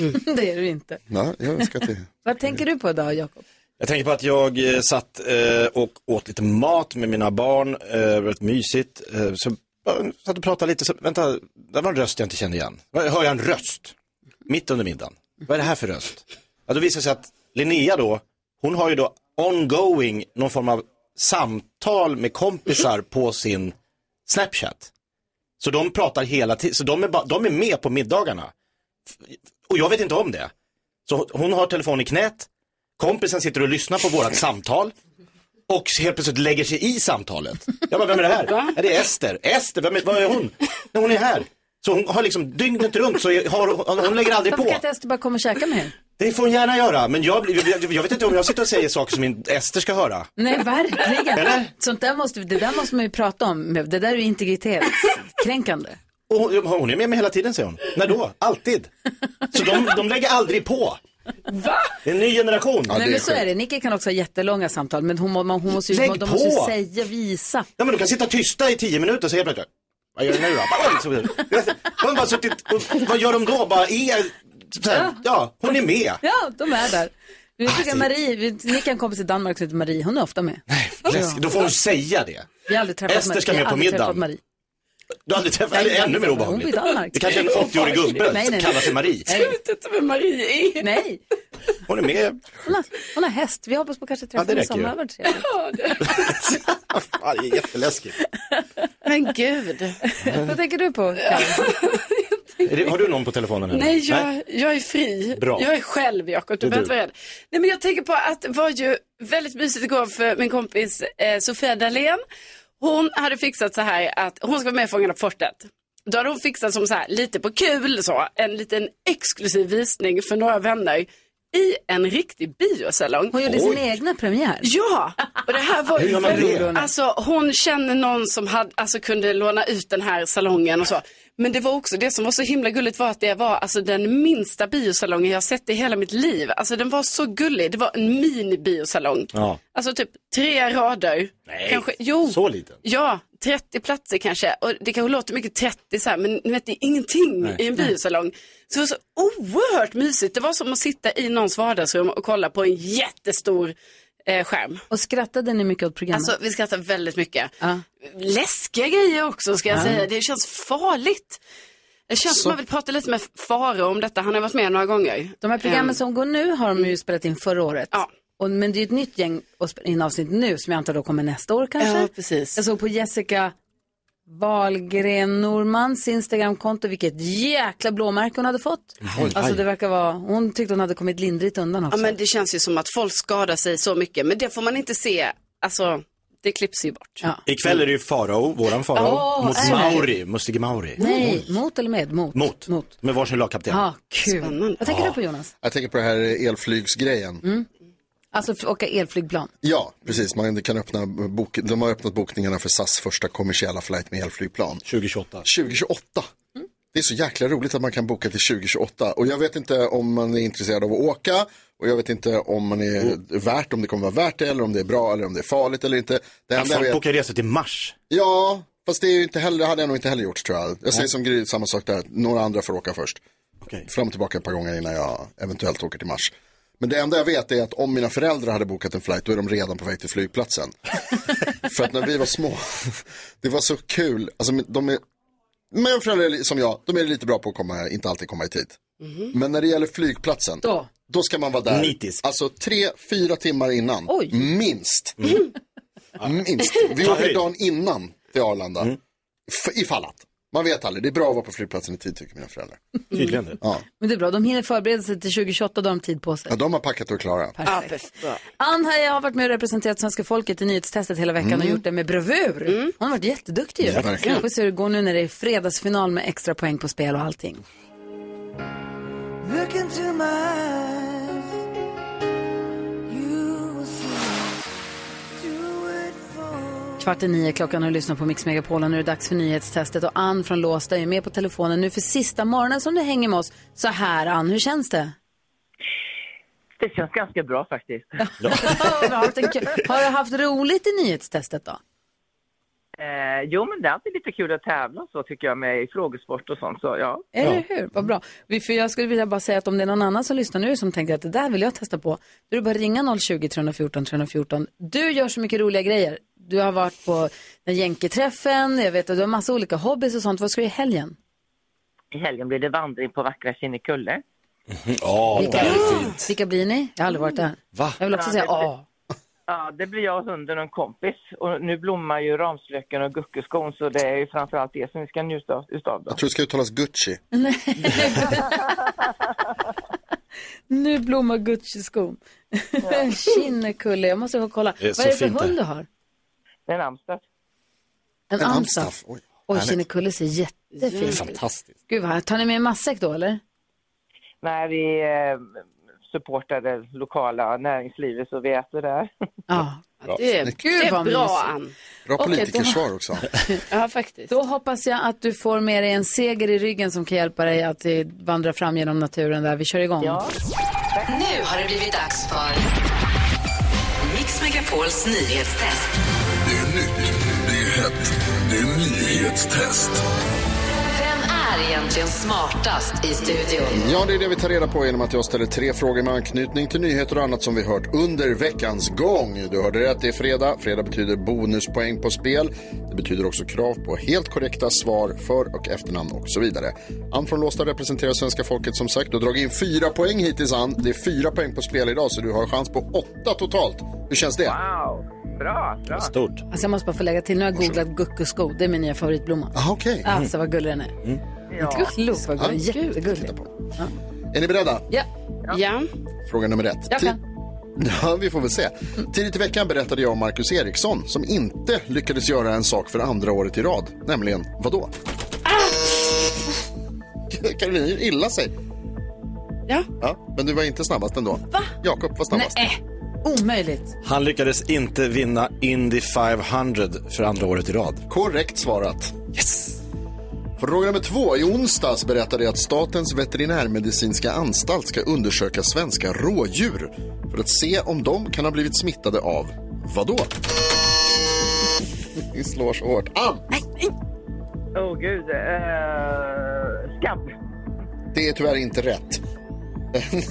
[SPEAKER 7] Mm.
[SPEAKER 2] det är du inte.
[SPEAKER 4] Nej, jag ska till...
[SPEAKER 2] Vad tänker du på idag Jakob?
[SPEAKER 7] Jag tänker på att jag eh, satt eh, och åt lite mat med mina barn, eh, det var rätt mysigt. Eh, så eh, satt och pratade lite, så, vänta, där var en röst jag inte kände igen. Var- Hör jag en röst? Mitt under middagen. Vad är det här för röst? Ja, då visar det sig att Linnea då, hon har ju då ongoing någon form av samtal med kompisar på sin Snapchat. Så de pratar hela tiden, så de är, ba- de är med på middagarna. F- Och jag vet inte om det. Så hon har telefonen i knät, kompisen sitter och lyssnar på vårat samtal och helt plötsligt lägger sig i samtalet. Jag bara, vem är det här? Ja, det är Ester. Ester, vem är, vad är hon? Nej, hon är här. Så hon har liksom dygnet runt så är- har, hon- hon lägger aldrig
[SPEAKER 2] Varför
[SPEAKER 7] på.
[SPEAKER 2] kan inte Ester bara komma och käka med er?
[SPEAKER 7] Det får hon gärna göra, men jag, blir- jag, jag vet inte om jag sitter och säger saker som inte Ester ska höra.
[SPEAKER 2] Nej, verkligen. Sånt där måste, det där måste man ju prata om. Det där är ju integritetskränkande.
[SPEAKER 7] Och hon, hon är med mig hela tiden säger hon. När då? Alltid. Så de, de lägger aldrig på.
[SPEAKER 2] Va?
[SPEAKER 7] Det är en ny generation.
[SPEAKER 2] Nej, men så är det. Nicke kan också ha jättelånga samtal, men hon, må- man, hon måste ju,
[SPEAKER 7] Lägg
[SPEAKER 2] de måste ju
[SPEAKER 7] på!
[SPEAKER 2] säga, visa.
[SPEAKER 7] Ja men de kan sitta tysta i tio minuter och säga plötsligt Vad gör du nu då? Bara, oj, så- De har bara suttit och vad gör de då? Bara är, så här, ja, hon är med. Ah,
[SPEAKER 2] Ja, de är där. Vi brukar Marie, vi, Nicke har en kompis i Danmark som heter Marie, hon är ofta med.
[SPEAKER 7] Läskigt. Då får hon säga det.
[SPEAKER 2] Vi har aldrig träffat
[SPEAKER 7] Ester
[SPEAKER 2] Marie.
[SPEAKER 7] ska
[SPEAKER 2] Vi har
[SPEAKER 7] med på
[SPEAKER 2] aldrig
[SPEAKER 7] middagen.
[SPEAKER 2] träffat Marie.
[SPEAKER 7] Du har aldrig träffat, det är ännu mer obehagligt.
[SPEAKER 2] Hon bor i Danmark.
[SPEAKER 7] Det kanske är en 80-årig gubbe
[SPEAKER 2] Nej,
[SPEAKER 7] som
[SPEAKER 2] nej.
[SPEAKER 7] kallar sig Marie.
[SPEAKER 2] Nej.
[SPEAKER 5] inte vem Marie är.
[SPEAKER 2] Nej,
[SPEAKER 7] Hon är med
[SPEAKER 2] hon har, hon har häst. Vi hoppas på att kanske träffa
[SPEAKER 7] Ja, det
[SPEAKER 2] henne i
[SPEAKER 7] räcker ju.
[SPEAKER 2] sommar. Det räcker
[SPEAKER 7] Ja, Ah, det är jätteläskigt.
[SPEAKER 5] Men gud.
[SPEAKER 2] Vad tänker du på? Karin?
[SPEAKER 7] Är det, har du någon på telefonen? eller?
[SPEAKER 5] Nej, jag, jag är fri.
[SPEAKER 7] Bra.
[SPEAKER 5] Jag är själv, Jakob.
[SPEAKER 7] Det
[SPEAKER 5] Du
[SPEAKER 7] är
[SPEAKER 5] behöver
[SPEAKER 7] du.
[SPEAKER 5] inte vara rädd. Nej, men jag tänker på att det var ju väldigt mysigt igår för min kompis eh, Sofia Dalén. Hon hade fixat så här att hon ska vara med i Fångarna på fortet. Då hade hon fixat som så här, lite på kul så, en liten exklusiv visning för några vänner i en riktig biosalong.
[SPEAKER 2] Hon gjorde sin egna premiär.
[SPEAKER 5] Ja, och det här var
[SPEAKER 2] Hur
[SPEAKER 5] ju
[SPEAKER 2] gör man
[SPEAKER 5] väldigt-
[SPEAKER 2] det?
[SPEAKER 5] Alltså hon känner någon som hade, alltså, kunde låna ut den här salongen och så. Men det var också, det som var så himla gulligt var att det var alltså den minsta biosalongen jag sett i hela mitt liv. Alltså den var så gullig, det var en mini-biosalong.
[SPEAKER 7] Ja.
[SPEAKER 5] Alltså typ tre rader.
[SPEAKER 7] Nej,
[SPEAKER 5] kanske, jo.
[SPEAKER 7] så liten.
[SPEAKER 5] Ja, 30 platser kanske. Och det kanske låter mycket 30 så här, men ni vet, det är ingenting
[SPEAKER 7] Nej.
[SPEAKER 5] i en biosalong. Så det var så oerhört mysigt. Det var som att sitta i någons vardagsrum och kolla på en jättestor eh, skärm.
[SPEAKER 2] Och skrattade ni mycket åt programmet?
[SPEAKER 5] Alltså vi skrattar väldigt mycket.
[SPEAKER 2] Ja.
[SPEAKER 5] Läskiga grejer också ska jag
[SPEAKER 2] Ja.
[SPEAKER 5] säga. Det känns farligt. Det känns
[SPEAKER 2] Så-
[SPEAKER 5] som man vill prata lite med Faro om detta. Han har varit med några gånger.
[SPEAKER 2] De här programmen
[SPEAKER 5] Ehm,
[SPEAKER 2] som går nu har de ju spelat in förra året. Och, men det är ju ett nytt gäng att spela in avsnitt nu som jag antar då kommer nästa år kanske.
[SPEAKER 5] Ja, precis.
[SPEAKER 2] Jag såg på Jessica Wahlgren Normans Instagramkonto vilket jäkla blåmärke hon hade fått.
[SPEAKER 5] Oj,
[SPEAKER 2] alltså
[SPEAKER 5] aj.
[SPEAKER 2] det verkar vara, hon tyckte hon hade kommit lindrigt undan
[SPEAKER 5] Ja
[SPEAKER 2] också.
[SPEAKER 5] men det känns ju som att folk skadar sig så mycket. Men det får man inte se. Alltså det klipps ju bort.
[SPEAKER 7] Ikväll är det ju Farao, våran Farao,
[SPEAKER 2] Åh,
[SPEAKER 7] mot
[SPEAKER 2] är det?
[SPEAKER 7] Mauri, Mustige Mauri.
[SPEAKER 2] Nej, mot eller med? Mot.
[SPEAKER 7] Mot. Med varsin lagkapten.
[SPEAKER 2] Ja, kul. Vad tänker du på Jonas?
[SPEAKER 4] Jag tänker på det här elflygsgrejen.
[SPEAKER 2] Alltså f- åka elflygplan.
[SPEAKER 4] Ja, precis. Man kan öppna bok... De har öppnat bokningarna för SAS första kommersiella flight med elflygplan.
[SPEAKER 7] 2028.
[SPEAKER 4] 2028. Det är så jäkla roligt att man kan boka till 2028. Och jag vet inte om man är intresserad av att åka. Och jag vet inte om man är värt, om det kommer vara värt det eller om det är bra eller om det är farligt eller inte. Det
[SPEAKER 7] Ja,
[SPEAKER 4] enda jag
[SPEAKER 7] folk
[SPEAKER 4] vet-
[SPEAKER 7] bokar resor till mars.
[SPEAKER 4] Ja, fast det är ju inte heller, det hade jag nog inte heller gjort tror jag. Jag säger som Gry, samma sak där, några andra får åka först. Fram och tillbaka ett par gånger innan jag eventuellt åker till Mars. Men det enda jag vet är att om mina föräldrar hade bokat en flight, då är de redan på väg till flygplatsen. För att när vi var små, det var så kul, alltså men de är,
[SPEAKER 6] Mm.
[SPEAKER 16] Mm.
[SPEAKER 4] men föräldrar som jag, de är lite bra på att komma, inte alltid komma i tid. Men när det gäller flygplatsen,
[SPEAKER 2] Då.
[SPEAKER 4] Då ska man vara där.
[SPEAKER 7] Nitisk.
[SPEAKER 4] Alltså tre, fyra timmar innan. Minst. Minst. Vi
[SPEAKER 7] Mm. Ta
[SPEAKER 4] åker
[SPEAKER 7] höjd. Mm.
[SPEAKER 4] dagen innan till Arlanda. F- ifall att. Man vet aldrig. Det är bra att vara på flygplatsen i tid tycker mina föräldrar.
[SPEAKER 7] Tydligen det.
[SPEAKER 4] Ja.
[SPEAKER 2] Men det är bra, de hinner förbereda sig till 2028, då har de tid på sig.
[SPEAKER 4] ja, de har packat och klara.
[SPEAKER 2] Perfekt. Ann här, jag har varit med och representerat svenska folket i nyhetstestet hela veckan och
[SPEAKER 4] Mm.
[SPEAKER 2] gjort det med bravur. Hon har varit jätteduktig ju.
[SPEAKER 4] Ja, verkligen.
[SPEAKER 2] Vi får se hur det går nu när det är fredagsfinal med extra poäng på spel och allting.
[SPEAKER 6] Look into my eyes. You will see. Do it for
[SPEAKER 2] Kvart i nio klockan och lyssnar på Mix Megapolen. Nu är det dags för nyhetstestet och Ann från Låsta är med på telefonen nu för sista morgonen som du hänger med oss. Så här Ann, hur känns det?
[SPEAKER 17] Det känns ganska bra faktiskt.
[SPEAKER 2] Har du haft en kul- Har du haft roligt i nyhetstestet då?
[SPEAKER 17] Eh, jo, men det är alltid lite kul att tävla och så tycker jag med i frågesport och sånt. Så, ja.
[SPEAKER 2] Eller hur? Vad bra. Vi- För jag skulle vilja bara säga att om det är någon annan som lyssnar nu som tänker att det där vill jag testa på, då är det bara att ringa 020 314 314. Du gör så mycket roliga grejer. Du har varit på den jänketräffen, jag vet att du har massa olika hobbys och sånt. Vad ska du i helgen?
[SPEAKER 17] I helgen blir det vandring på vackra Kinnekulle.
[SPEAKER 7] Ja,
[SPEAKER 2] Vilka-
[SPEAKER 7] där är fint.
[SPEAKER 2] Vilka blir ni? Jag har aldrig varit där. Jag vill också
[SPEAKER 17] Ja,
[SPEAKER 2] säga
[SPEAKER 17] det blir-
[SPEAKER 2] ja.
[SPEAKER 17] Ja, det blir jag, hunden och en kompis. Och nu blommar ju ramslöken och guckuskon så det är ju framförallt det som vi ska njuta av. Utav då.
[SPEAKER 4] Jag tror det ska uttalas Gucci.
[SPEAKER 2] Nu blommar Gucci-skon. Kinnekulle, jag måste gå och kolla.
[SPEAKER 17] Det är så
[SPEAKER 2] Vad är det för
[SPEAKER 17] fint
[SPEAKER 2] hund
[SPEAKER 17] där.
[SPEAKER 2] du har?
[SPEAKER 17] Det är en amstaff.
[SPEAKER 2] En amstaff?
[SPEAKER 4] Oj,
[SPEAKER 2] Oj,
[SPEAKER 17] härligt.
[SPEAKER 2] Kinnekulle ser jättefin ut.
[SPEAKER 17] Fantastiskt.
[SPEAKER 2] Gud vad här- tar ni med en matsäck då eller?
[SPEAKER 17] Nej, vi eh, supportar det lokala näringslivet så vi äter där.
[SPEAKER 2] Ja,
[SPEAKER 17] Bra.
[SPEAKER 5] det är- Gud, det är vad bra, mysigt. Ann.
[SPEAKER 4] Bra
[SPEAKER 2] Okej,
[SPEAKER 4] politikersvar också.
[SPEAKER 5] Ja, faktiskt.
[SPEAKER 2] Då hoppas jag att du får med dig en seger i ryggen som kan hjälpa dig att eh, vandra fram genom naturen där. Vi kör igång.
[SPEAKER 16] Nu har det blivit dags för Mix Megapols nyhetstest.
[SPEAKER 14] Det är nytt, det är hett, det är nyhetstest.
[SPEAKER 16] Vem är egentligen smartast i studion?
[SPEAKER 4] Ja, det är det vi tar reda på genom att jag ställer tre frågor med anknytning till nyheter och annat som vi hört under veckans gång. Du hörde rätt, det är fredag. Fredag betyder bonuspoäng på spel. Det betyder också krav på helt korrekta svar för och efternamn och så vidare. Ann från Låsta representerar svenska folket som sagt. Du har dragit in fyra poäng hittills Ann. Det är fyra poäng på spel idag så du har chans på åtta totalt. Hur känns det?
[SPEAKER 17] Wow, bra, bra.
[SPEAKER 7] Stort.
[SPEAKER 2] Alltså jag måste bara få lägga till, nu har jag googlat guckusko, det är min nya favoritblomma.
[SPEAKER 4] Ah, okay.
[SPEAKER 2] Alltså vad gullig den är. Inte klokt vad gullig,
[SPEAKER 4] Ja.
[SPEAKER 2] jättegullig.
[SPEAKER 4] Är ni beredda?
[SPEAKER 2] Ja.
[SPEAKER 5] ja.
[SPEAKER 4] Fråga nummer ett.
[SPEAKER 2] Jag kan.
[SPEAKER 4] Ja, vi får väl se. Tidigt i veckan berättade jag om Marcus Eriksson som inte lyckades göra en sak för andra året i rad. Nämligen vadå? Caroline gör illa sig.
[SPEAKER 5] Ja.
[SPEAKER 4] ja. Men du var inte snabbast ändå. Va? Jakob var snabbast.
[SPEAKER 2] Nej, omöjligt.
[SPEAKER 7] Han lyckades inte vinna Indy 500 för andra året i rad.
[SPEAKER 4] Korrekt svarat. Yes! Fråga nummer två. I onsdags berättade jag att Statens veterinärmedicinska anstalt ska undersöka svenska rådjur för att se om de kan ha blivit smittade av vadå? Ni slår så hårt. Ah! Ann!
[SPEAKER 17] Åh oh, gud, eh, skabb.
[SPEAKER 4] Det är tyvärr inte rätt.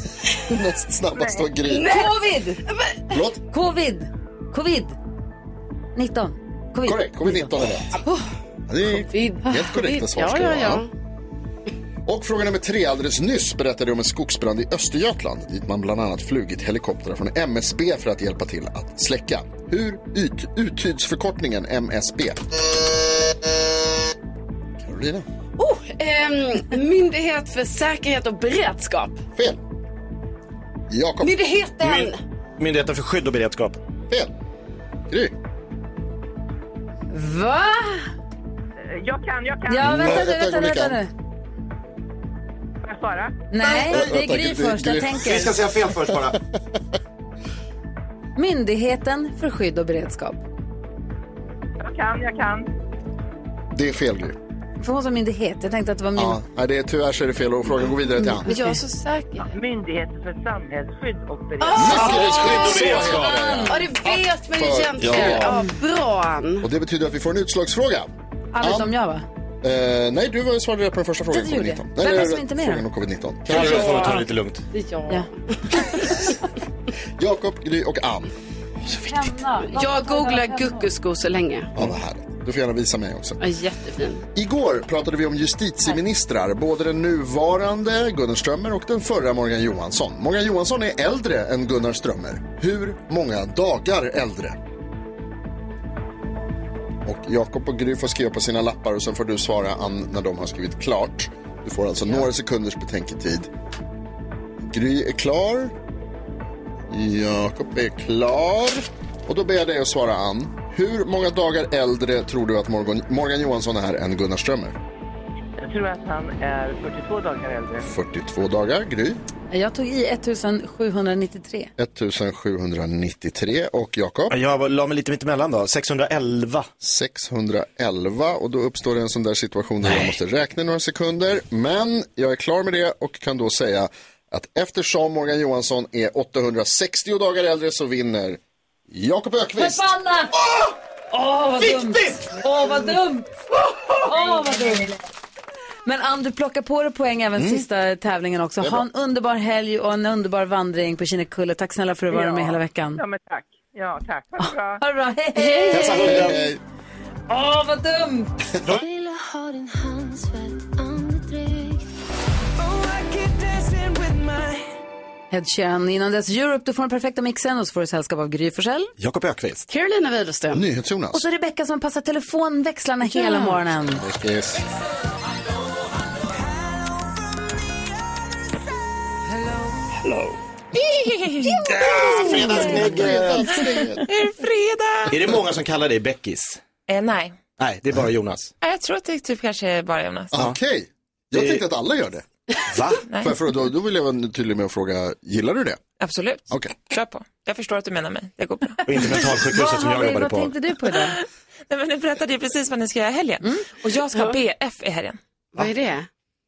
[SPEAKER 4] Näst snabbast var Gry.
[SPEAKER 2] Covid!
[SPEAKER 4] Förlåt?
[SPEAKER 2] Covid! Covid! 19. Covid.
[SPEAKER 4] Korrekt, covid-19 är rätt. Ja, Det är helt korrekta svar ska det
[SPEAKER 2] Ja,
[SPEAKER 4] vara.
[SPEAKER 2] ja, ja.
[SPEAKER 4] Och fråga nummer tre. Alldeles nyss berättade jag om en skogsbrand i Östergötland dit man bland annat flugit helikoptrar från MSB för att hjälpa till att släcka. Hur ut, uttyds förkortningen MSB? Carolina?
[SPEAKER 5] Oh, ehm, myndighet för säkerhet och beredskap.
[SPEAKER 4] Fel. Jakob?
[SPEAKER 5] Myndigheten!
[SPEAKER 7] Myndigheten för skydd och beredskap.
[SPEAKER 4] Fel. Gry?
[SPEAKER 2] Va?
[SPEAKER 17] Jag kan, jag kan.
[SPEAKER 2] Ja, vänta
[SPEAKER 17] Nej,
[SPEAKER 2] nu,
[SPEAKER 17] vänta,
[SPEAKER 2] vänta,
[SPEAKER 17] ögonblick,
[SPEAKER 2] vänta nu.
[SPEAKER 17] Får jag svara?
[SPEAKER 2] Nej,
[SPEAKER 17] Nej,
[SPEAKER 2] det är
[SPEAKER 17] vänta,
[SPEAKER 2] Gry
[SPEAKER 17] Gry-
[SPEAKER 2] först, jag
[SPEAKER 17] Gry-
[SPEAKER 2] tänker.
[SPEAKER 17] Vi ska säga
[SPEAKER 7] fel först bara.
[SPEAKER 2] Myndigheten för skydd och beredskap.
[SPEAKER 17] Jag kan, jag kan.
[SPEAKER 4] Det är fel Gry.
[SPEAKER 2] För hon som myndighet, jag tänkte att det var min...
[SPEAKER 4] Ja, nej, det är, tyvärr så är det fel och frågan går vidare till Ann.
[SPEAKER 2] Men jag är så
[SPEAKER 17] säker. Myndigheten för samhällsskydd och
[SPEAKER 5] Ah!
[SPEAKER 2] Ah!
[SPEAKER 5] Ja, det vet man ju
[SPEAKER 4] För-
[SPEAKER 5] egentligen.
[SPEAKER 4] Ja.
[SPEAKER 5] Ja, bra Ann.
[SPEAKER 4] Och det betyder att vi får en utslagsfråga.
[SPEAKER 2] Alla utom jag va?
[SPEAKER 4] Eh, nej, du var- svarade rätt på den första frågan.
[SPEAKER 2] Det gjorde jag.
[SPEAKER 4] covid-19.
[SPEAKER 2] Vem
[SPEAKER 4] Nej,
[SPEAKER 2] var det som
[SPEAKER 4] rätt-
[SPEAKER 2] inte med
[SPEAKER 4] Frågan
[SPEAKER 2] då?
[SPEAKER 4] om covid-19.
[SPEAKER 7] Carro får ta det lite lugnt.
[SPEAKER 5] Ja.
[SPEAKER 4] Jakob, Gry och Ann.
[SPEAKER 5] Jag googlar guckusko så länge.
[SPEAKER 4] Ja, vad härligt. Du får gärna visa mig också.
[SPEAKER 5] Ja, jättefin.
[SPEAKER 4] Igår pratade vi om justitieministrar, både den nuvarande Gunnar Strömmer och den förra Morgan Johansson. Morgan Johansson är äldre än Gunnar Strömmer. Hur många dagar äldre? Och Jakob och Gry får skriva på sina lappar och sen får du svara Ann när de har skrivit klart. Du får alltså några sekunders betänketid. Gry är klar. Jakob är klar. Och då ber jag dig att svara Ann. Hur många dagar äldre tror du att Morgan, Morgan Johansson är än Gunnar Strömmer?
[SPEAKER 17] Jag tror att han är 42 dagar äldre.
[SPEAKER 4] 42 dagar, Gry.
[SPEAKER 2] Jag tog i 1793.
[SPEAKER 4] 1793 och Jakob?
[SPEAKER 7] Jag la mig lite mittemellan då, 611.
[SPEAKER 4] 611 och då uppstår det en sån där situation där jag måste räkna några sekunder. Men jag är klar med det och kan då säga att eftersom Morgan Johansson är 860 dagar äldre så vinner Jakob Ökvist.
[SPEAKER 2] Förbannat! Åh, vad dumt! Åh, vad dumt! Åh, vad dumt! Men Ann, du plockar på dig poäng även sista tävlingen också.
[SPEAKER 17] Det är bra.
[SPEAKER 2] Ha en underbar helg och en underbar vandring på Kinnekulle. Tack snälla för att du var
[SPEAKER 17] Ja.
[SPEAKER 2] med hela veckan.
[SPEAKER 17] Ja, men tack. Ja, tack. Ha det bra.
[SPEAKER 2] Ha det bra. Hej, hej!
[SPEAKER 17] Hälsa hunden.
[SPEAKER 4] Hej.
[SPEAKER 2] Åh, vad dumt!
[SPEAKER 15] Vill jag ha din handsvett, andedräkt Oh,
[SPEAKER 2] Ed Sheeran, innan dess Europe. Du får den perfekta mixen och så får du sällskap av Gry Forssell.
[SPEAKER 7] Jakob Ökvist.
[SPEAKER 5] Carolina Widerström.
[SPEAKER 4] NyhetsJonas.
[SPEAKER 2] Och så Rebecka som passar telefonväxlarna hela morgonen.
[SPEAKER 4] Yes.
[SPEAKER 7] Hello.
[SPEAKER 18] Fredagsgnägget.
[SPEAKER 19] Är det fredag?
[SPEAKER 7] Är det många som kallar dig Beckis?
[SPEAKER 19] Eh, nej,
[SPEAKER 7] Nej, det är
[SPEAKER 4] Äh.
[SPEAKER 7] bara Jonas.
[SPEAKER 19] Eh, jag tror att det är typ kanske bara Jonas.
[SPEAKER 4] Okej, jag
[SPEAKER 7] Det-
[SPEAKER 4] tänkte att alla gör det.
[SPEAKER 7] Va?
[SPEAKER 19] Nej.
[SPEAKER 4] Får jag fråga, då, då vill jag vara tydlig med att fråga, gillar du det?
[SPEAKER 19] Absolut.
[SPEAKER 4] Okej.
[SPEAKER 19] Kör på. Jag förstår att du menar mig. Det går bra.
[SPEAKER 7] Och inte mentalsjukhuset som jag jobbade på.
[SPEAKER 2] du på idag?
[SPEAKER 19] nej, men ni berättade ju precis vad ni ska göra i helgen. Och jag ska ha BF i helgen.
[SPEAKER 5] Vad är det?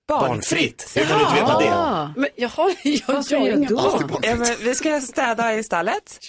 [SPEAKER 7] Barnfritt. Hur kan du inte veta det?
[SPEAKER 5] Men jaha, jag, jag,
[SPEAKER 19] ska
[SPEAKER 5] jag,
[SPEAKER 19] ni
[SPEAKER 5] jag,
[SPEAKER 19] göra då?
[SPEAKER 5] jag,
[SPEAKER 19] Ja, men vi ska städa i stallet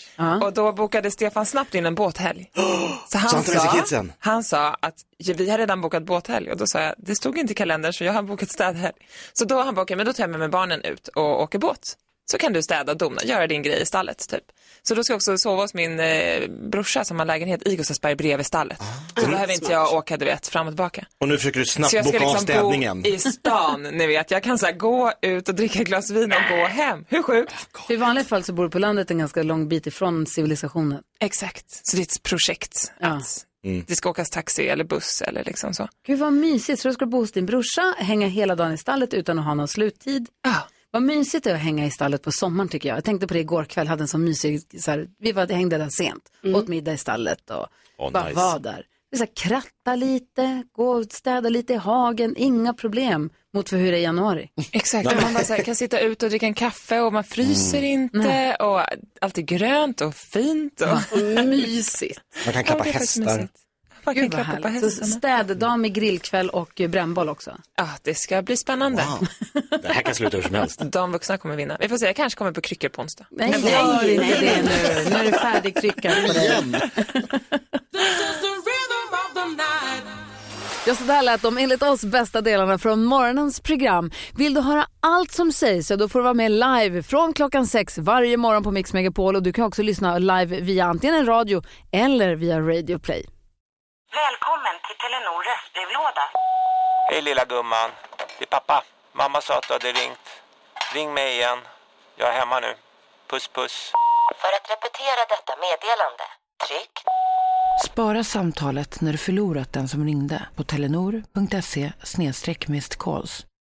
[SPEAKER 19] och då bokade Stefan snabbt in en båthelg. Så
[SPEAKER 7] Så
[SPEAKER 19] han,
[SPEAKER 7] han tar med sig
[SPEAKER 19] sa,
[SPEAKER 7] kidsen?
[SPEAKER 19] han sa att ja, vi har redan bokat båthelg och då sa jag, det stod inte i kalendern så jag har bokat städhelg. Så då har han bokat, men då tar jag med mig barnen ut och åker båt. Så kan du städa och dona, göra din grej i stallet typ. Så då ska jag också sova hos min eh, brorsa som har lägenhet i Gustavsberg bredvid stallet. Så då
[SPEAKER 7] Mm,
[SPEAKER 19] behöver inte jag åka du vet fram och tillbaka.
[SPEAKER 7] Och nu försöker du snabbt
[SPEAKER 19] Så jag
[SPEAKER 7] boka
[SPEAKER 19] ska
[SPEAKER 7] av
[SPEAKER 19] liksom bo
[SPEAKER 7] städningen.
[SPEAKER 19] i stan, ni vet. Jag kan så här gå ut och dricka ett glas vin och gå hem. Hur sjukt?
[SPEAKER 2] För I vanliga fall så bor du på landet en ganska lång bit ifrån civilisationen.
[SPEAKER 19] Exakt. Så det är ett projekt att
[SPEAKER 7] Mm.
[SPEAKER 19] det ska åkas taxi eller buss eller liksom så.
[SPEAKER 2] Gud vad mysigt, så då ska du bo hos din brorsa, hänga hela dagen i stallet utan att ha någon sluttid. Vad mysigt det är att hänga i stallet på sommaren tycker jag. Jag tänkte på det igår kväll, hade en sån mysig, så här, vi var, hängde där sent,
[SPEAKER 19] Mm.
[SPEAKER 2] åt middag i stallet och
[SPEAKER 18] Åh,
[SPEAKER 2] bara
[SPEAKER 18] nice.
[SPEAKER 2] var där. Vi så här, kratta lite, gå och städa lite i hagen, inga problem mot för hur det är i januari.
[SPEAKER 19] Exakt, och man bara så här, kan sitta ute och dricka en kaffe och man fryser
[SPEAKER 2] Mm.
[SPEAKER 19] inte och allt är grönt och fint
[SPEAKER 2] Mm.
[SPEAKER 19] och
[SPEAKER 5] mysigt.
[SPEAKER 7] Man kan klappa hästar.
[SPEAKER 19] Man kan
[SPEAKER 2] Gud vad
[SPEAKER 19] klappa på
[SPEAKER 2] härligt. Så
[SPEAKER 19] hästarna.
[SPEAKER 2] städdag med grillkväll och eh, brännboll också.
[SPEAKER 19] Ja, det ska bli spännande.
[SPEAKER 7] Det här kan sluta hur som helst.
[SPEAKER 19] De vuxna kommer vinna. Vi får se, jag kanske kommer på kryckor på onsdag.
[SPEAKER 2] Nej, nej, gör inte det nu. Nu är det färdigtryckat på dig. Ja, så där lät de enligt oss bästa delarna från morgonens program. Vill du höra allt som sägs så då får du vara med live från klockan sex varje morgon på Mix Megapol och du kan också lyssna live via antingen en radio eller via Radio Play.
[SPEAKER 18] Välkommen till Telenor röstbrevlåda.
[SPEAKER 20] Hej lilla gumman. Det är pappa. Mamma sa att du hade ringt. Ring mig igen. Jag är hemma nu. Puss puss.
[SPEAKER 18] För att repetera detta meddelande, tryck
[SPEAKER 21] Spara samtalet när du förlorat den som ringde på telenor.se snedstreck missed calls.